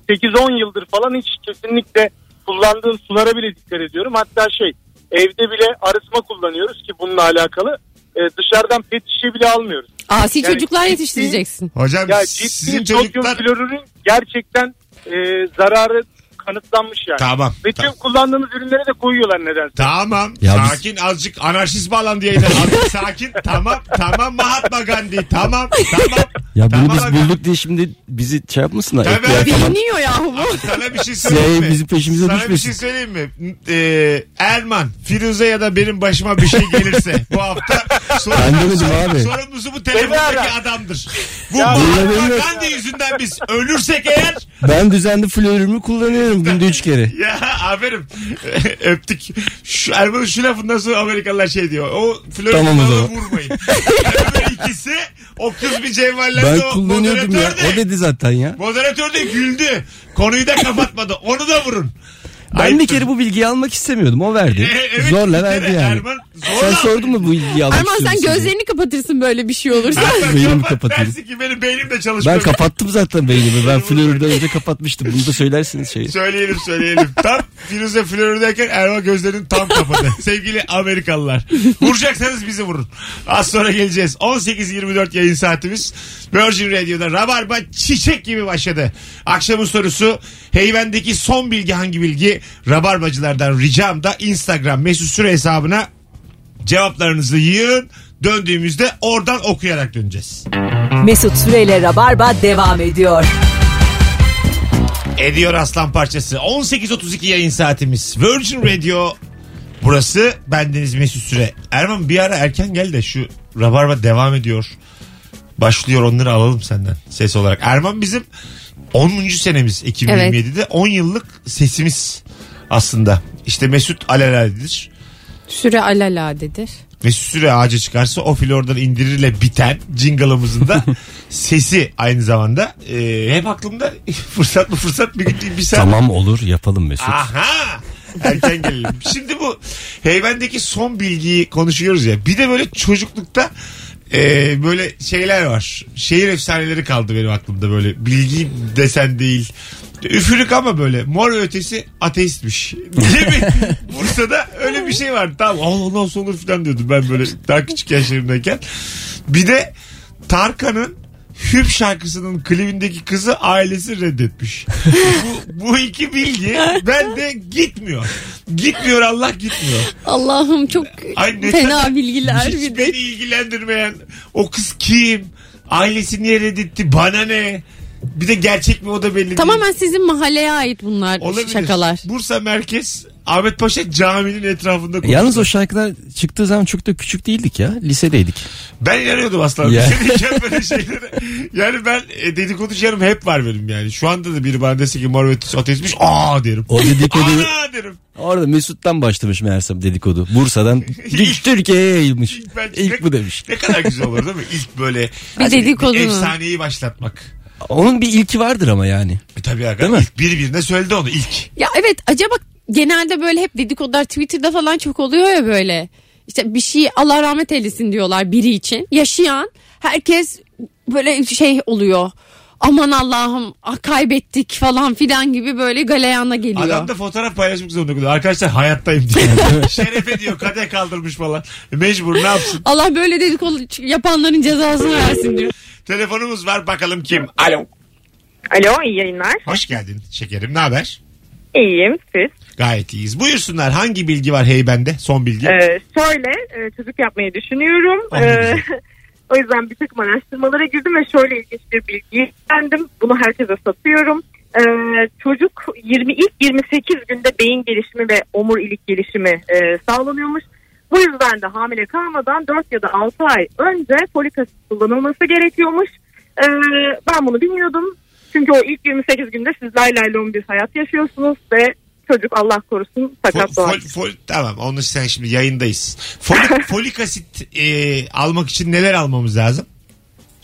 [SPEAKER 11] 8-10 yıldır falan hiç kesinlikle kullandığım sulara bile dikkat ediyorum. Hatta şey evde bile arıtma kullanıyoruz ki bununla alakalı. E, dışarıdan pet şişe bile almıyoruz.
[SPEAKER 3] Asi
[SPEAKER 11] Yani
[SPEAKER 3] çocuklar
[SPEAKER 11] ciddi-
[SPEAKER 3] yetiştireceksin.
[SPEAKER 2] Hocam
[SPEAKER 11] Ya
[SPEAKER 2] sizin
[SPEAKER 11] ciddi sodyum
[SPEAKER 2] çocuklar...
[SPEAKER 11] klorürün gerçekten e, zararı
[SPEAKER 8] kanıtlanmış yani.
[SPEAKER 2] Tamam.
[SPEAKER 8] Ve tüm
[SPEAKER 2] Tamam.
[SPEAKER 8] kullandığımız ürünlere de koyuyorlar nedense.
[SPEAKER 2] Tamam.
[SPEAKER 4] Ya biz-
[SPEAKER 2] sakin azıcık anarşist bağlandı yayına. Azıcık sakin. Tamam. Tamam Mahatma Gandhi. Tamam. Tamam.
[SPEAKER 4] Ya bunu
[SPEAKER 2] Tamam
[SPEAKER 4] biz
[SPEAKER 2] aga.
[SPEAKER 4] bulduk diye şimdi bizi şey yapmasınlar.
[SPEAKER 2] Tabii
[SPEAKER 4] FBI
[SPEAKER 2] abi.
[SPEAKER 4] falan.
[SPEAKER 3] Biliniyor yahu bu.
[SPEAKER 2] Sana bir şey söyleyeyim
[SPEAKER 4] CIA
[SPEAKER 2] mi?
[SPEAKER 4] bizim peşimize
[SPEAKER 2] Sana bir
[SPEAKER 4] düşmesin.
[SPEAKER 2] şey söyleyeyim mi? Ee, Erman, Firuze ya da benim başıma bir şey gelirse bu hafta
[SPEAKER 4] Ben
[SPEAKER 2] sorumlusu,
[SPEAKER 4] demedim abi.
[SPEAKER 2] sorumlusu bu telefondaki
[SPEAKER 8] Eyvallah.
[SPEAKER 2] adamdır. Bu
[SPEAKER 4] Eyvallah,
[SPEAKER 2] Mahatma
[SPEAKER 4] eyvallah.
[SPEAKER 2] Gandhi yüzünden biz ölürsek eğer
[SPEAKER 4] Ben düzenli flörümü kullanıyorum günde üç kere.
[SPEAKER 2] ya aferin öptük. Şu Erman'ın şu lafından sonra Amerikalılar şey diyor. O flörü
[SPEAKER 4] Tamam o
[SPEAKER 2] bana
[SPEAKER 4] zaman.
[SPEAKER 2] vurmayın. Öbür ikisi o kız bir cevherlerdi.
[SPEAKER 4] Ben
[SPEAKER 2] o
[SPEAKER 4] kullanıyordum ya.
[SPEAKER 2] moderatör de-
[SPEAKER 4] O dedi zaten ya.
[SPEAKER 2] Moderatör de güldü. Konuyu da kapatmadı. Onu da vurun.
[SPEAKER 4] Ben bir kere bu bilgiyi almak istemiyordum. O verdi.
[SPEAKER 2] Evet, bir
[SPEAKER 4] Zorla
[SPEAKER 2] kere
[SPEAKER 4] verdi yani.
[SPEAKER 2] Erman
[SPEAKER 4] Sen
[SPEAKER 2] zorla.
[SPEAKER 4] sordun mu bu bilgiyi almak
[SPEAKER 3] Erman sen
[SPEAKER 4] istiyor musun diye?
[SPEAKER 3] gözlerini kapatırsın böyle bir şey olursa.
[SPEAKER 2] Ben
[SPEAKER 4] Beynimi
[SPEAKER 2] kapat
[SPEAKER 4] kapatayım.
[SPEAKER 2] dersin ki benim beynim de çalışmıyor.
[SPEAKER 4] Ben kapattım zaten beynimi. Ben flörden önce kapatmıştım. Bunu da söylersiniz şeyi.
[SPEAKER 2] Söyleyelim söyleyelim. Tam Firuze flörü derken Erman gözlerini tam kapadı. Sevgili Amerikalılar. Vuracaksanız bizi vurun. Az sonra geleceğiz. 18.24 yayın saatimiz. Virgin Radio'da Rabarba çiçek gibi başladı. Akşamın sorusu Heyven'deki son bilgi hangi bilgi? Rabarbacılardan ricam da Instagram mesut süre hesabına cevaplarınızı yığın. Döndüğümüzde oradan okuyarak döneceğiz.
[SPEAKER 1] Mesut Süreyle Rabarba devam ediyor.
[SPEAKER 2] Ediyor Aslan parçası. 18.32 yayın saatimiz. Virgin Radio burası. Bendeniz Mesut Süre. Erman bir ara erken gel de şu Rabarba devam ediyor. Başlıyor onları alalım senden ses olarak. Erman bizim 10. senemiz 2027'de. 10 yıllık sesimiz aslında. İşte Mesut aleladidir.
[SPEAKER 3] Süre alaladedir.
[SPEAKER 2] Mesut Süre ağaca çıkarsa o fil oradan indirirle biten jingle'ımızın da sesi aynı zamanda. Ee, hep aklımda fırsat mı fırsat bir gün bir saat
[SPEAKER 4] Tamam olur yapalım Mesut.
[SPEAKER 2] Aha! Erken gelelim. Şimdi bu heyvendeki son bilgiyi konuşuyoruz ya. Bir de böyle çocuklukta e, böyle şeyler var. Şehir efsaneleri kaldı benim aklımda böyle. Bilgi desen değil. Üfürük ama böyle mor ve ötesi ateistmiş. Değil mi? Bursa'da öyle bir şey var. Tamam "Aa, ondan sonra falan diyordum ben böyle daha küçük yaşlarımdayken. Bir de Tarkan'ın Hüp şarkısının klibindeki kızı ailesi reddetmiş. bu, bu iki bilgi bende gitmiyor. Gitmiyor Allah gitmiyor.
[SPEAKER 3] Allah'ım çok
[SPEAKER 2] Ay ne sen-
[SPEAKER 3] fena bilgiler bir
[SPEAKER 2] Hiç
[SPEAKER 3] de.
[SPEAKER 2] beni ilgilendirmeyen o kız kim? Ailesi niye reddetti? Bana ne? Bir de gerçek mi o da belli değil.
[SPEAKER 3] Tamamen sizin mahalleye ait bunlar
[SPEAKER 2] Olabilir.
[SPEAKER 3] şakalar.
[SPEAKER 2] Bursa merkez Ahmet Paşa caminin etrafında kurulmuş.
[SPEAKER 4] Yalnız o şarkılar çıktığı zaman çok da küçük değildik ya. Lisedeydik.
[SPEAKER 2] Ben inanıyordum aslında.
[SPEAKER 4] Ya.
[SPEAKER 2] Lisedeyken böyle şeylere. Yani ben e, dedikodu yarım hep var benim yani. Şu anda da biri bana dese ki mor ve ötesi ateistmiş. Aa derim.
[SPEAKER 4] O dedikodu
[SPEAKER 2] Ana derim.
[SPEAKER 4] orada Mesut'tan başlamış meğersem dedikodu. Bursa'dan güç Türkiye'ye yayılmış.
[SPEAKER 2] İlk ben-
[SPEAKER 4] İlk bu demiş.
[SPEAKER 2] Ne kadar güzel olur değil mi? İlk böyle
[SPEAKER 3] Bir dedikodu.
[SPEAKER 2] bir efsaneyi başlatmak.
[SPEAKER 4] Onun bir ilki vardır ama yani.
[SPEAKER 2] E tabii aga.
[SPEAKER 4] Değil mi?
[SPEAKER 2] İlk birbirine söyledi onu ilk.
[SPEAKER 3] Ya evet acaba genelde böyle hep dedikodular Twitter'da falan çok oluyor ya böyle. İşte bir şey Allah rahmet eylesin diyorlar biri için. Yaşayan herkes böyle şey oluyor. Aman Allah'ım ah, kaybettik falan filan gibi böyle galeyana geliyor.
[SPEAKER 2] Adam da fotoğraf paylaşmak zorunda kalıyor. Arkadaşlar hayattayım diyor. Şeref ediyor kadeh kaldırmış falan. E, Mecbur ne yapsın?
[SPEAKER 3] Allah böyle dedikodu yapanların cezasını versin diyor.
[SPEAKER 2] Telefonumuz var bakalım kim? Alo.
[SPEAKER 12] Alo iyi yayınlar.
[SPEAKER 2] Hoş geldin şekerim ne haber?
[SPEAKER 12] İyiyim siz.
[SPEAKER 2] Gayet iyiyiz. Buyursunlar hangi bilgi var heybende? Son bilgi.
[SPEAKER 12] Ee, şöyle e, çocuk yapmayı düşünüyorum.
[SPEAKER 2] Ah, ne
[SPEAKER 12] Ee,
[SPEAKER 2] güzel.
[SPEAKER 12] o yüzden bir takım araştırmalara girdim ve şöyle ilginç bir bilgi öğrendim. Bunu herkese satıyorum. Ee, çocuk 20 ilk 28 günde beyin gelişimi ve omurilik gelişimi e, sağlanıyormuş. Bu yüzden de hamile kalmadan 4 ya da 6 ay önce folik asit kullanılması gerekiyormuş. Ee, ben bunu bilmiyordum. Çünkü o ilk 28 günde sizler laylon bir hayat yaşıyorsunuz ve çocuk Allah korusun
[SPEAKER 2] Fo-
[SPEAKER 12] sakat doğar.
[SPEAKER 2] fol- fol- tamam onu sen şimdi yayındayız. Folik, folik asit e, almak için neler almamız lazım?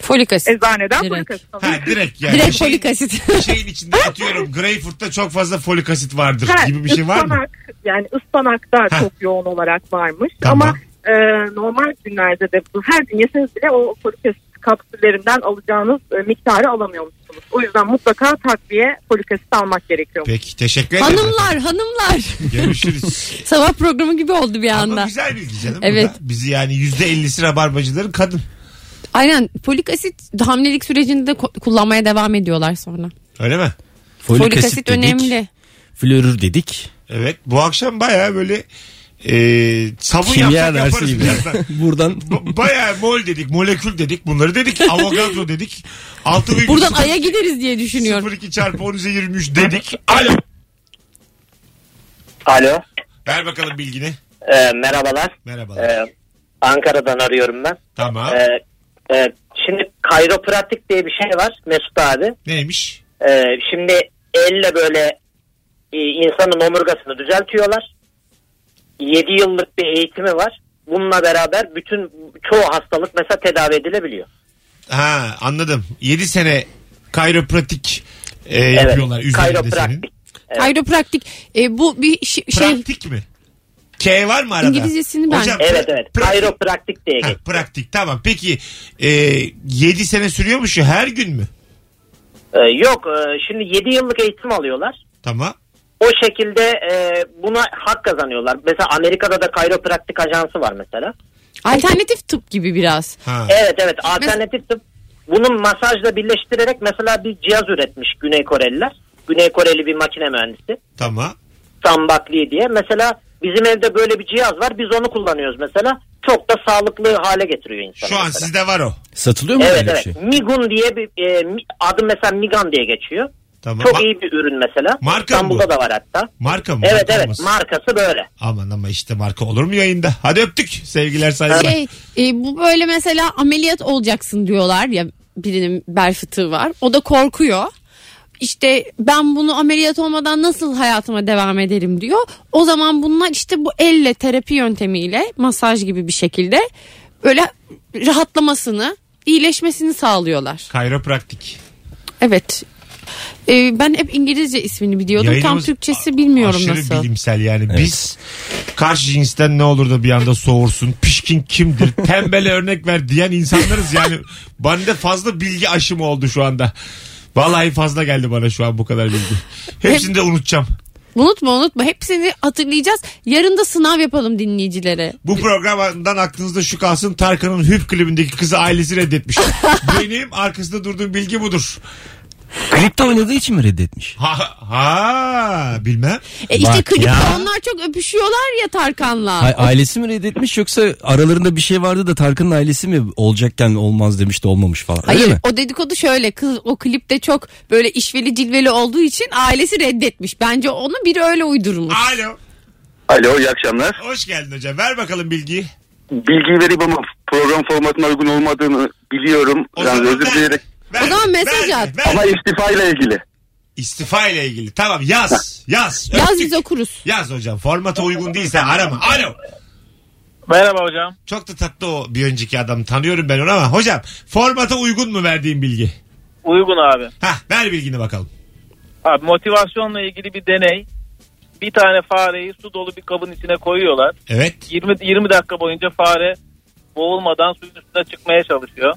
[SPEAKER 3] Folik asit.
[SPEAKER 12] Eczaneden
[SPEAKER 3] Direkt.
[SPEAKER 12] folik asit alın.
[SPEAKER 2] Ha, direkt yani.
[SPEAKER 3] Direkt
[SPEAKER 2] Bir şey-
[SPEAKER 3] folik asit.
[SPEAKER 2] bir şeyin içinde atıyorum greyfurtta çok fazla folik asit vardır
[SPEAKER 12] Ha,
[SPEAKER 2] gibi bir şey var mı?
[SPEAKER 12] ıspanak, Yani ıspanakta
[SPEAKER 2] Ha.
[SPEAKER 12] çok yoğun olarak varmış
[SPEAKER 2] Tamam.
[SPEAKER 12] ama e, normal günlerde de bu- her gün yeseniz bile o folik asit kapsüllerinden alacağınız e, miktarı alamıyormuşsunuz. O yüzden mutlaka takviye folik asit almak gerekiyor.
[SPEAKER 2] Peki teşekkür ederim.
[SPEAKER 3] Hanımlar hanımlar.
[SPEAKER 2] Görüşürüz.
[SPEAKER 3] Sabah programı gibi oldu bir
[SPEAKER 2] Ama
[SPEAKER 3] anda.
[SPEAKER 2] güzel bilgi canım. Evet.
[SPEAKER 3] Evet.
[SPEAKER 2] Bizi yani yüzde ellisi rabarbacıların kadın.
[SPEAKER 3] Aynen folik asit hamilelik sürecinde de ko- kullanmaya devam ediyorlar sonra.
[SPEAKER 2] Öyle mi?
[SPEAKER 3] Folik, asit, önemli.
[SPEAKER 13] flörür dedik.
[SPEAKER 2] Evet bu akşam baya böyle e, sabun
[SPEAKER 13] Kimya
[SPEAKER 2] yapsak yaparız
[SPEAKER 13] dersiydi.
[SPEAKER 2] birazdan.
[SPEAKER 13] Buradan
[SPEAKER 2] Ba- Baya mol dedik, molekül dedik, bunları dedik, avogadro dedik. 6
[SPEAKER 3] Buradan aya gideriz diye düşünüyorum.
[SPEAKER 2] 02 çarpı 10 üzeri 23 dedik. Alo.
[SPEAKER 8] Alo.
[SPEAKER 2] Ver bakalım bilgini.
[SPEAKER 8] Ee, merhabalar.
[SPEAKER 2] Merhabalar.
[SPEAKER 8] Ee, Ankara'dan arıyorum ben.
[SPEAKER 2] Tamam.
[SPEAKER 8] Ee, e, şimdi kayropratik diye bir şey var Mesut abi.
[SPEAKER 2] Neymiş?
[SPEAKER 8] Ee, şimdi elle böyle e, insanın omurgasını düzeltiyorlar. 7 yıllık bir eğitimi var. Bununla beraber bütün çoğu hastalık mesela tedavi edilebiliyor.
[SPEAKER 2] Ha anladım. 7 sene kayropratik e, yapıyorlar üzerinde senin.
[SPEAKER 8] Kayropraktik.
[SPEAKER 3] Aeropraktik. E, bu bir şi- şey
[SPEAKER 2] Praktik mi? K var mı arada?
[SPEAKER 3] İngilizcesini ben-
[SPEAKER 2] Hocam,
[SPEAKER 8] Evet
[SPEAKER 2] pra-
[SPEAKER 8] evet.
[SPEAKER 2] Praktik.
[SPEAKER 8] Kayropraktik diye
[SPEAKER 2] Ha,
[SPEAKER 8] geçiyor.
[SPEAKER 2] praktik tamam. Peki e, 7 sene sürüyor mu şu her gün mü?
[SPEAKER 8] Ee, yok e, şimdi 7 yıllık eğitim alıyorlar.
[SPEAKER 2] Tamam.
[SPEAKER 8] o şekilde e, buna hak kazanıyorlar. Mesela Amerika'da da kayropraktik ajansı var mesela.
[SPEAKER 3] alternatif tıp gibi biraz.
[SPEAKER 2] Ha.
[SPEAKER 8] Evet evet alternatif tıp bunun masajla birleştirerek mesela bir cihaz üretmiş Güney Koreliler. Güney Koreli bir makine mühendisi.
[SPEAKER 2] Tamam.
[SPEAKER 8] Sambakli diye. Mesela bizim evde böyle bir cihaz var. Biz onu kullanıyoruz mesela. Çok da sağlıklı hale getiriyor insanı.
[SPEAKER 2] Şu an
[SPEAKER 8] mesela.
[SPEAKER 2] sizde var o.
[SPEAKER 13] satılıyor mu
[SPEAKER 8] Evet
[SPEAKER 13] böyle bir
[SPEAKER 8] evet.
[SPEAKER 13] şey?
[SPEAKER 8] Migun diye bir e, mi- adı mesela Migan diye geçiyor.
[SPEAKER 2] Tamam.
[SPEAKER 8] Çok
[SPEAKER 2] Ma-
[SPEAKER 8] iyi bir ürün mesela.
[SPEAKER 2] Marka mı bu?
[SPEAKER 8] İstanbul'da da var hatta.
[SPEAKER 2] Marka mı?
[SPEAKER 8] Evet
[SPEAKER 2] Marka
[SPEAKER 8] evet
[SPEAKER 2] olmasın.
[SPEAKER 8] markası böyle.
[SPEAKER 2] Aman ama işte marka olur mu yayında? Hadi öptük. Sevgiler saygılar.
[SPEAKER 3] Şey e, bu böyle mesela ameliyat olacaksın diyorlar ya birinin bel fıtığı var. O da korkuyor. İşte ben bunu ameliyat olmadan nasıl hayatıma devam ederim diyor. O zaman bunlar işte bu elle terapi yöntemiyle masaj gibi bir şekilde böyle rahatlamasını iyileşmesini sağlıyorlar.
[SPEAKER 2] Kayropraktik.
[SPEAKER 3] Evet. E, ben hep İngilizce ismini biliyordum. Tam
[SPEAKER 2] Yayınımız
[SPEAKER 3] Türkçesi bilmiyorum
[SPEAKER 2] aşırı
[SPEAKER 3] nasıl.
[SPEAKER 2] bilimsel yani. Biz karşı cinsten ne olur da bir anda soğursun. Pişkin kimdir? Tembele örnek ver diyen insanlarız yani. Bende fazla bilgi aşımı oldu şu anda. Vallahi fazla geldi bana şu an bu kadar bilgi. Hepsini de unutacağım.
[SPEAKER 3] Unutma unutma hepsini hatırlayacağız. Yarın da sınav yapalım dinleyicilere.
[SPEAKER 2] Bu programdan aklınızda şu kalsın Tarkan'ın Hüp klibindeki kızı ailesi reddetmiş. Benim arkasında durduğum bilgi budur.
[SPEAKER 13] Klipte oynadığı için mi reddetmiş?
[SPEAKER 2] Ha, ha bilmem.
[SPEAKER 3] E işte
[SPEAKER 13] Bak
[SPEAKER 3] klipte
[SPEAKER 13] ya.
[SPEAKER 3] onlar çok öpüşüyorlar ya Tarkan'la.
[SPEAKER 13] A- ailesi mi reddetmiş yoksa aralarında bir şey vardı da Tarkan'ın ailesi mi olacakken olmaz demiş de olmamış falan. Öyle
[SPEAKER 3] Hayır
[SPEAKER 13] mi?
[SPEAKER 3] o dedikodu şöyle kız o klipte çok böyle işveli cilveli olduğu için ailesi reddetmiş. Bence onu biri öyle uydurmuş.
[SPEAKER 2] Alo.
[SPEAKER 6] Alo iyi akşamlar.
[SPEAKER 2] Hoş geldin hocam. Ver bakalım bilgiyi.
[SPEAKER 6] Bilgiyi verip ama program formatına uygun olmadığını biliyorum.
[SPEAKER 2] O
[SPEAKER 6] yani
[SPEAKER 2] zaman
[SPEAKER 6] özür
[SPEAKER 2] ver,
[SPEAKER 6] dileyerek.
[SPEAKER 2] ver,
[SPEAKER 3] O zaman mesaj
[SPEAKER 2] ver,
[SPEAKER 3] at.
[SPEAKER 2] ver.
[SPEAKER 6] Ama istifa ile ilgili.
[SPEAKER 2] İstifa ile ilgili. Tamam yaz. Yaz.
[SPEAKER 3] Yaz
[SPEAKER 2] Öptük.
[SPEAKER 3] biz okuruz.
[SPEAKER 2] Yaz hocam. Formata uygun değilse arama. Alo.
[SPEAKER 5] Merhaba hocam.
[SPEAKER 2] Çok da tatlı o bir önceki adam. Tanıyorum ben onu ama. Hocam formata uygun mu verdiğim bilgi?
[SPEAKER 5] Uygun abi.
[SPEAKER 2] Hah ver bilgini bakalım.
[SPEAKER 5] Abi motivasyonla ilgili bir deney. Bir tane fareyi su dolu bir kabın içine koyuyorlar.
[SPEAKER 2] Evet.
[SPEAKER 5] 20 20 dakika boyunca fare boğulmadan suyun üstüne çıkmaya çalışıyor.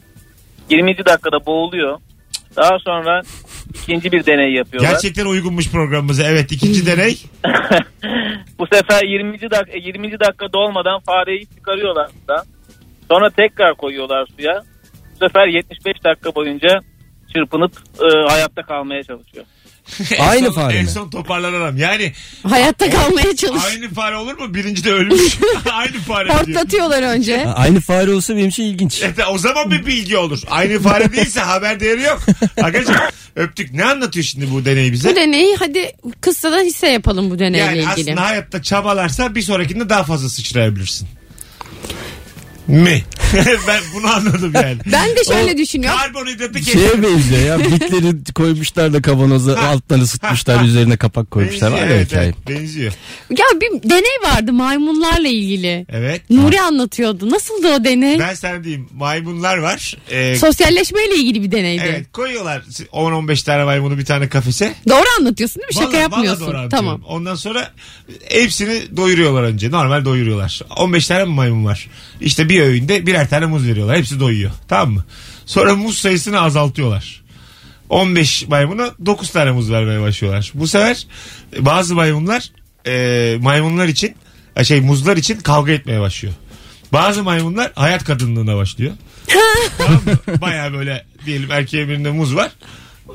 [SPEAKER 5] 20. dakikada boğuluyor. Daha sonra ikinci bir deney yapıyorlar.
[SPEAKER 2] Gerçekten uygunmuş programımıza. Evet
[SPEAKER 3] Hmm.
[SPEAKER 2] ikinci deney.
[SPEAKER 5] Bu sefer 20. dakika 20. dakika dolmadan fareyi çıkarıyorlar da. Sonra tekrar koyuyorlar suya. Bu sefer 75 dakika boyunca çırpınıp e, hayatta kalmaya çalışıyor.
[SPEAKER 2] En
[SPEAKER 13] Aynı
[SPEAKER 2] son-
[SPEAKER 13] fare
[SPEAKER 2] En
[SPEAKER 13] mi?
[SPEAKER 2] son toparlanalım. Yani
[SPEAKER 3] Hayatta kalmaya çalış.
[SPEAKER 2] aynı fare olur mu? Birinci de ölmüş. aynı fare diyor.
[SPEAKER 3] Hortlatıyorlar önce.
[SPEAKER 13] A- Aynı fare olsa benim için ilginç.
[SPEAKER 2] E, o zaman bir bilgi olur. Aynı fare değilse haber değeri yok. Arkadaşım öptük. Ne anlatıyor şimdi bu deney bize?
[SPEAKER 3] Bu deneyi hadi kısa da hisse yapalım bu deneyle
[SPEAKER 2] yani
[SPEAKER 3] ilgili.
[SPEAKER 2] aslında hayatta çabalarsa bir sonrakinde daha fazla sıçrayabilirsin. Mi? ben bunu anladım yani.
[SPEAKER 3] Ben de şöyle düşünüyorum.
[SPEAKER 2] Karbonhidratı kesin.
[SPEAKER 13] Şeye benziyor ya bitleri koymuşlar da kavanoza altlarını sıkmışlar üzerine kapak koymuşlar. Var ya
[SPEAKER 2] evet,
[SPEAKER 13] hikaye.
[SPEAKER 2] evet, benziyor.
[SPEAKER 3] Ya bir deney vardı maymunlarla ilgili.
[SPEAKER 2] Evet.
[SPEAKER 3] Nuri anlatıyordu. Nasıldı o deney?
[SPEAKER 2] Ben sana diyeyim maymunlar var. Ee,
[SPEAKER 3] Sosyalleşmeyle ilgili bir deneydi.
[SPEAKER 2] evet koyuyorlar 10-15 tane maymunu bir tane kafese.
[SPEAKER 3] Doğru anlatıyorsun değil mi? Şaka
[SPEAKER 2] Vallahi-
[SPEAKER 3] yapmıyorsun.
[SPEAKER 2] vallahi doğru
[SPEAKER 3] tamam.
[SPEAKER 2] anlatıyorum. Ondan sonra hepsini doyuruyorlar önce. Normal doyuruyorlar. 15 tane mi maymun var? İşte bir öğünde birer tane muz veriyorlar. Hepsi doyuyor. Tamam mı? Sonra muz sayısını azaltıyorlar. 15 maymuna 9 tane muz vermeye başlıyorlar. Bu sefer bazı maymunlar e, maymunlar için e, şey muzlar için kavga etmeye başlıyor. Bazı maymunlar hayat kadınlığına başlıyor. tamam mı? Baya böyle diyelim erkeğe birinde muz var.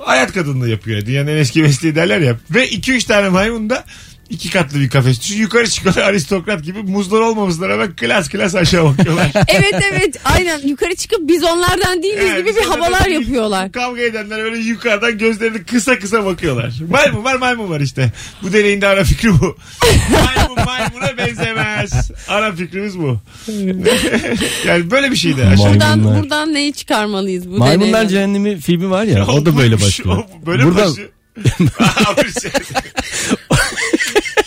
[SPEAKER 2] Hayat kadınlığı yapıyor. Dünyanın en eski mesleği derler ya. Ve 2-3 tane maymun da iki katlı bir kafes düşün. Yukarı çıkıyorlar aristokrat gibi. Muzlar olmamasına rağmen klas klas aşağı bakıyorlar.
[SPEAKER 3] evet evet aynen yukarı çıkıp biz onlardan değiliz
[SPEAKER 2] Yani
[SPEAKER 3] gibi bir
[SPEAKER 2] zaten
[SPEAKER 3] havalar
[SPEAKER 2] öyle
[SPEAKER 3] yapıyorlar.
[SPEAKER 2] Kavga edenler öyle yukarıdan gözlerini kısa kısa bakıyorlar. Maymun var maymun var işte. Bu deneyinde ara fikri bu. maymun maymuna benzemez. Ara fikrimiz bu. yani böyle bir şeydi. Aşağı-
[SPEAKER 4] Maymun.
[SPEAKER 3] Buradan
[SPEAKER 4] Maymunlar.
[SPEAKER 3] buradan neyi çıkarmalıyız bu
[SPEAKER 4] Maymunlar
[SPEAKER 3] deneyden?
[SPEAKER 4] Cehennemi filmi var ya o da böyle
[SPEAKER 2] Buymuş,
[SPEAKER 4] başlıyor.
[SPEAKER 2] o Böyle
[SPEAKER 4] Buradan-
[SPEAKER 2] başlıyor. Abi şey- sen-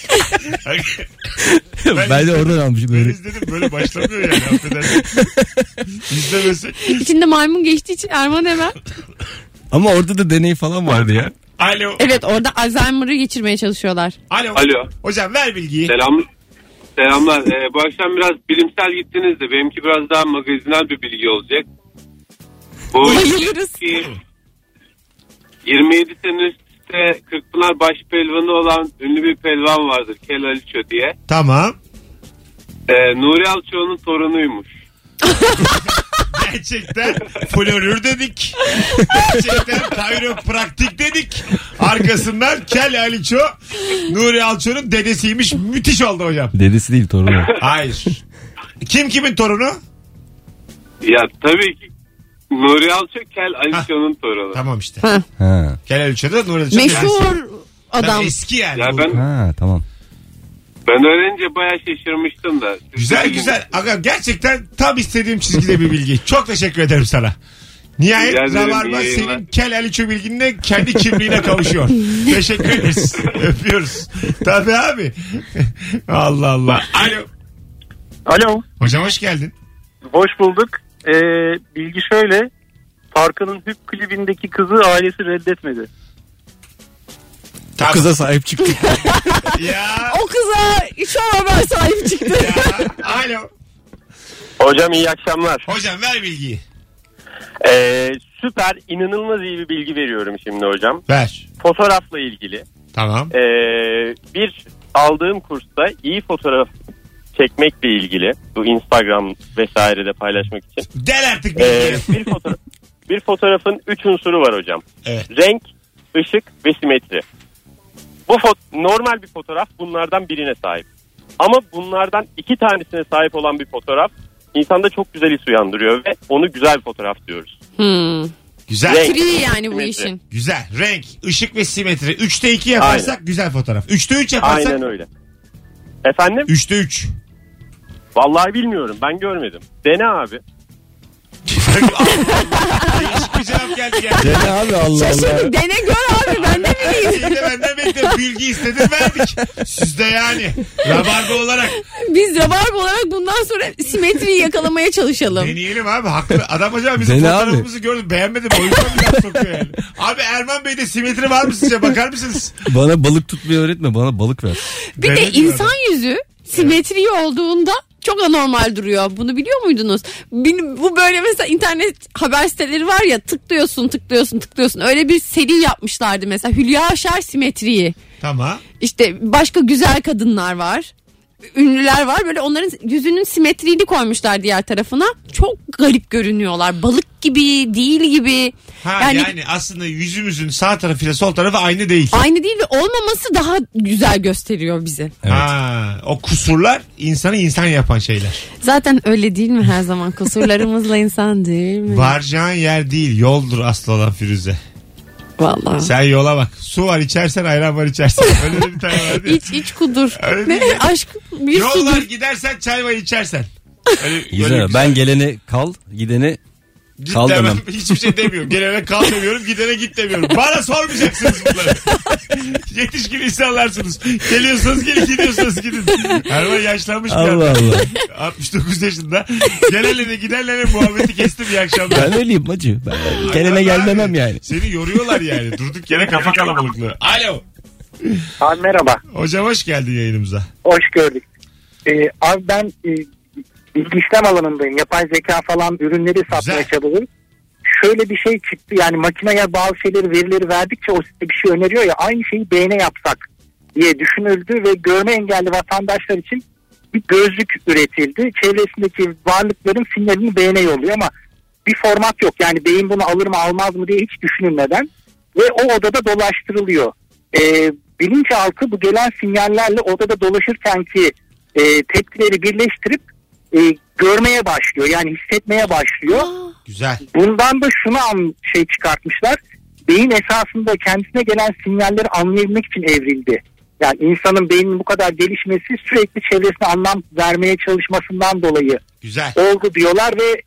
[SPEAKER 2] Ben
[SPEAKER 4] ben de
[SPEAKER 2] izledim.
[SPEAKER 4] oradan almışım
[SPEAKER 2] Ben
[SPEAKER 4] böyle.
[SPEAKER 2] izledim böyle başlamıyor yani affedersin. İzlemesek.
[SPEAKER 3] İçinde maymun geçtiği için Erman hemen.
[SPEAKER 4] Ama orada da deney falan vardı ya.
[SPEAKER 2] Alo.
[SPEAKER 3] Evet orada Alzheimer'ı geçirmeye çalışıyorlar.
[SPEAKER 2] Alo.
[SPEAKER 14] Alo.
[SPEAKER 2] Hocam ver bilgiyi.
[SPEAKER 14] Selam. Selamlar. Ee, bu akşam biraz bilimsel gittiniz de benimki biraz daha magazinel bir bilgi olacak. Bu
[SPEAKER 3] Bayılırız.
[SPEAKER 14] 27 sene üstte Kırkpınar baş pelvanı olan ünlü bir pelvan vardır. Kel Aliço diye.
[SPEAKER 2] Tamam.
[SPEAKER 14] Ee, Nuri Alço'nun torunuymuş.
[SPEAKER 2] Gerçekten florür dedik. Gerçekten kayropraktik dedik. Arkasından Kel Aliço Nuri Alço'nun dedesiymiş. Müthiş oldu hocam.
[SPEAKER 4] Dedesi değil torunu.
[SPEAKER 2] Hayır. Kim kimin torunu?
[SPEAKER 14] Ya tabii ki Nuri Alço Kel Aliço'nun torunu.
[SPEAKER 2] Tamam işte.
[SPEAKER 3] Ha,
[SPEAKER 4] ha.
[SPEAKER 2] Kel Aliço da Nuri Alço. dedesi.
[SPEAKER 3] meşhur
[SPEAKER 2] Tabii
[SPEAKER 3] adam.
[SPEAKER 2] Eski yani.
[SPEAKER 14] Ya
[SPEAKER 2] bu.
[SPEAKER 14] ben
[SPEAKER 4] ha tamam.
[SPEAKER 14] ben öğrenince bayağı şaşırmıştım da. Siz
[SPEAKER 2] Güzel
[SPEAKER 14] de
[SPEAKER 2] güzel. Aga gerçekten tam istediğim çizgide bir bilgi. Çok teşekkür ederim sana.
[SPEAKER 14] Rica
[SPEAKER 2] Nihayet
[SPEAKER 14] ederim,
[SPEAKER 2] Rabarba
[SPEAKER 14] iyi yayınlar.
[SPEAKER 2] senin Kel Aliço bilginle kendi kimliğine kavuşuyor. teşekkür ederiz. Öpüyoruz. Tabii abi. Allah Allah. Alo.
[SPEAKER 11] Alo.
[SPEAKER 2] Hocam hoş geldin.
[SPEAKER 11] Hoş bulduk. Ee, bilgi şöyle. Tarkan'ın Hüp klibindeki kızı ailesi reddetmedi.
[SPEAKER 2] Tamam.
[SPEAKER 4] Kıza sahip çıktık.
[SPEAKER 2] Ya.
[SPEAKER 3] O kıza şu an haber sahip çıktı.
[SPEAKER 2] ya. Alo.
[SPEAKER 14] Hocam iyi akşamlar.
[SPEAKER 2] Hocam ver bilgiyi.
[SPEAKER 14] Ee, süper inanılmaz iyi bir bilgi veriyorum şimdi hocam.
[SPEAKER 2] Ver.
[SPEAKER 14] Fotoğrafla ilgili
[SPEAKER 2] Tamam.
[SPEAKER 14] ee, bir aldığım kursta iyi fotoğraf çekmekle ilgili bu Instagram vesairede paylaşmak için
[SPEAKER 2] Del artık
[SPEAKER 14] ee,
[SPEAKER 2] bilgiyi.
[SPEAKER 14] bir fotoğraf bir fotoğrafın üç unsuru var hocam.
[SPEAKER 2] Evet.
[SPEAKER 14] Renk, ışık ve simetri. Bu fot- normal bir fotoğraf bunlardan birine sahip. Ama bunlardan iki tanesine sahip olan bir fotoğraf insanda çok güzel his uyandırıyor ve onu güzel bir fotoğraf diyoruz.
[SPEAKER 3] Hmm.
[SPEAKER 2] Güzel.
[SPEAKER 14] Renk.
[SPEAKER 3] Free yani bu
[SPEAKER 14] Simetri.
[SPEAKER 3] işin.
[SPEAKER 2] Güzel. Renk, ışık ve simetri. 3'te 2 yaparsak güzel fotoğraf. 3'te 3 yaparsak.
[SPEAKER 14] Aynen öyle. Efendim?
[SPEAKER 2] 3'te 3.
[SPEAKER 14] Vallahi bilmiyorum. Ben görmedim. Dene abi.
[SPEAKER 2] Değişik bir cevap geldi gerçekten.
[SPEAKER 4] Dene abi Allah Allah.
[SPEAKER 3] Şaşırdım dene gör abi ben de bileyim.
[SPEAKER 2] Siz de benden bekle bilgi istedin verdik. Siz de yani. Rabarba olarak
[SPEAKER 3] Biz rabarba olarak bundan sonra simetriyi yakalamaya çalışalım.
[SPEAKER 2] deneyelim abi. Haklı. Adam acaba bizim
[SPEAKER 4] Dene abi.
[SPEAKER 2] fotoğrafımızı gördü. Beğenmedi. O yüzden bir laf sokuyor yani. Abi Erman Bey'de simetri var mı sizce? Bakar mısınız?
[SPEAKER 4] Bana balık tutmayı öğretme bana balık ver.
[SPEAKER 3] Bir de
[SPEAKER 2] Denedim
[SPEAKER 3] insan
[SPEAKER 2] abi.
[SPEAKER 3] yüzü simetri olduğunda çok anormal duruyor. Bunu biliyor muydunuz? Bin- Bu böyle mesela internet haber siteleri var ya tıklıyorsun tıklıyorsun tıklıyorsun. Öyle bir seri yapmışlardı mesela Hülya Aşar simetriyi.
[SPEAKER 2] Tamam.
[SPEAKER 3] İşte başka güzel kadınlar var. Ünlüler var böyle onların yüzünün simetriğini koymuşlar diğer tarafına. Çok garip görünüyorlar. Balık gibi değil gibi.
[SPEAKER 2] Ha, yani,
[SPEAKER 3] yani,
[SPEAKER 2] aslında yüzümüzün sağ tarafıyla sol tarafı aynı değil.
[SPEAKER 3] aynı değil ve olmaması daha güzel gösteriyor bizi.
[SPEAKER 2] Ha, o kusurlar insanı insan yapan şeyler.
[SPEAKER 3] Zaten öyle değil mi her zaman? Kusurlarımızla insan değil mi?
[SPEAKER 2] Varacağın yer değil yoldur aslı olan Firuze.
[SPEAKER 3] Vallahi.
[SPEAKER 2] Sen yola bak. Su var içersen ayran var içersen. Öyle de bir tane vardı. ya.
[SPEAKER 3] İç iç kudur.
[SPEAKER 2] Öyle değil
[SPEAKER 3] ne?
[SPEAKER 2] mi?
[SPEAKER 3] Aşk bir
[SPEAKER 2] Yollar
[SPEAKER 3] sudur.
[SPEAKER 2] gidersen çay var içersen. Öyle, öyle
[SPEAKER 4] Güzel. Ben gelene kal gidene
[SPEAKER 2] Git
[SPEAKER 4] Kal
[SPEAKER 2] demem.
[SPEAKER 4] demem.
[SPEAKER 2] Hiçbir şey demiyorum. Gelene kal demiyorum. Gidene git demiyorum. Bana sormayacaksınız bunları. Yetişkin insanlarsınız. Geliyorsanız gelin gidiyorsanız gidin. Erman yaşlanmış bir
[SPEAKER 4] Allah
[SPEAKER 2] adam.
[SPEAKER 4] Allah.
[SPEAKER 2] 69 yaşında. Gelenle de gidenle de muhabbeti kestim iyi akşamlar.
[SPEAKER 4] Ben öyleyim acı. Ben gelene
[SPEAKER 2] Abi,
[SPEAKER 4] gelmemem yani.
[SPEAKER 2] Seni yoruyorlar yani. Durduk yere kafa kalabalıklığı. Alo.
[SPEAKER 15] Abi merhaba.
[SPEAKER 2] Hocam hoş geldin yayınımıza.
[SPEAKER 15] Hoş gördük. Ee, abi ben e, bilgi işlem alanındayım. Yapay zeka falan ürünleri satmaya
[SPEAKER 2] Güzel.
[SPEAKER 15] çalışıyorum. Şöyle bir şey çıktı yani makineye bazı şeyleri verileri verdikçe o size bir şey öneriyor ya aynı şeyi beğene yapsak diye düşünüldü ve görme engelli vatandaşlar için bir gözlük üretildi. Çevresindeki varlıkların sinyalini beğene yolluyor ama bir format yok. Yani beyin bunu alır mı almaz mı diye hiç düşünülmeden ve o odada dolaştırılıyor. E, bilinçaltı bu gelen sinyallerle odada dolaşırken ki e, tepkileri birleştirip e, görmeye başlıyor. Yani hissetmeye başlıyor.
[SPEAKER 2] Ah. Güzel.
[SPEAKER 15] Bundan da şunu an şey çıkartmışlar. Beyin esasında kendisine gelen sinyalleri anlayabilmek için evrildi. Yani insanın beyninin bu kadar gelişmesi sürekli çevresine anlam vermeye çalışmasından dolayı
[SPEAKER 2] Güzel.
[SPEAKER 15] oldu diyorlar ve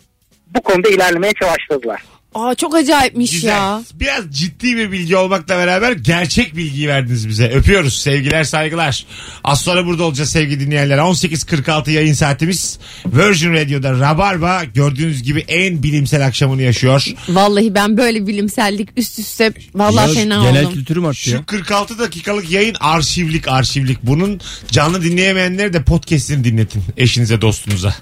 [SPEAKER 15] bu konuda ilerlemeye başladılar.
[SPEAKER 3] Aa çok acayipmiş
[SPEAKER 2] Güzel.
[SPEAKER 3] ya.
[SPEAKER 2] Biraz ciddi bir bilgi olmakla beraber gerçek bilgiyi verdiniz bize. Öpüyoruz. Sevgiler, saygılar. Az sonra burada olacağız sevgili dinleyenler. 18.46 yayın saatimiz. Virgin Radio'da Rabarba gördüğünüz gibi en bilimsel akşamını yaşıyor.
[SPEAKER 3] Vallahi ben böyle bilimsellik üst üste vallahi fena oldum.
[SPEAKER 2] kültürüm arttı Şu 46 dakikalık yayın arşivlik arşivlik. Bunun canlı dinleyemeyenleri de podcast'ini dinletin eşinize dostunuza.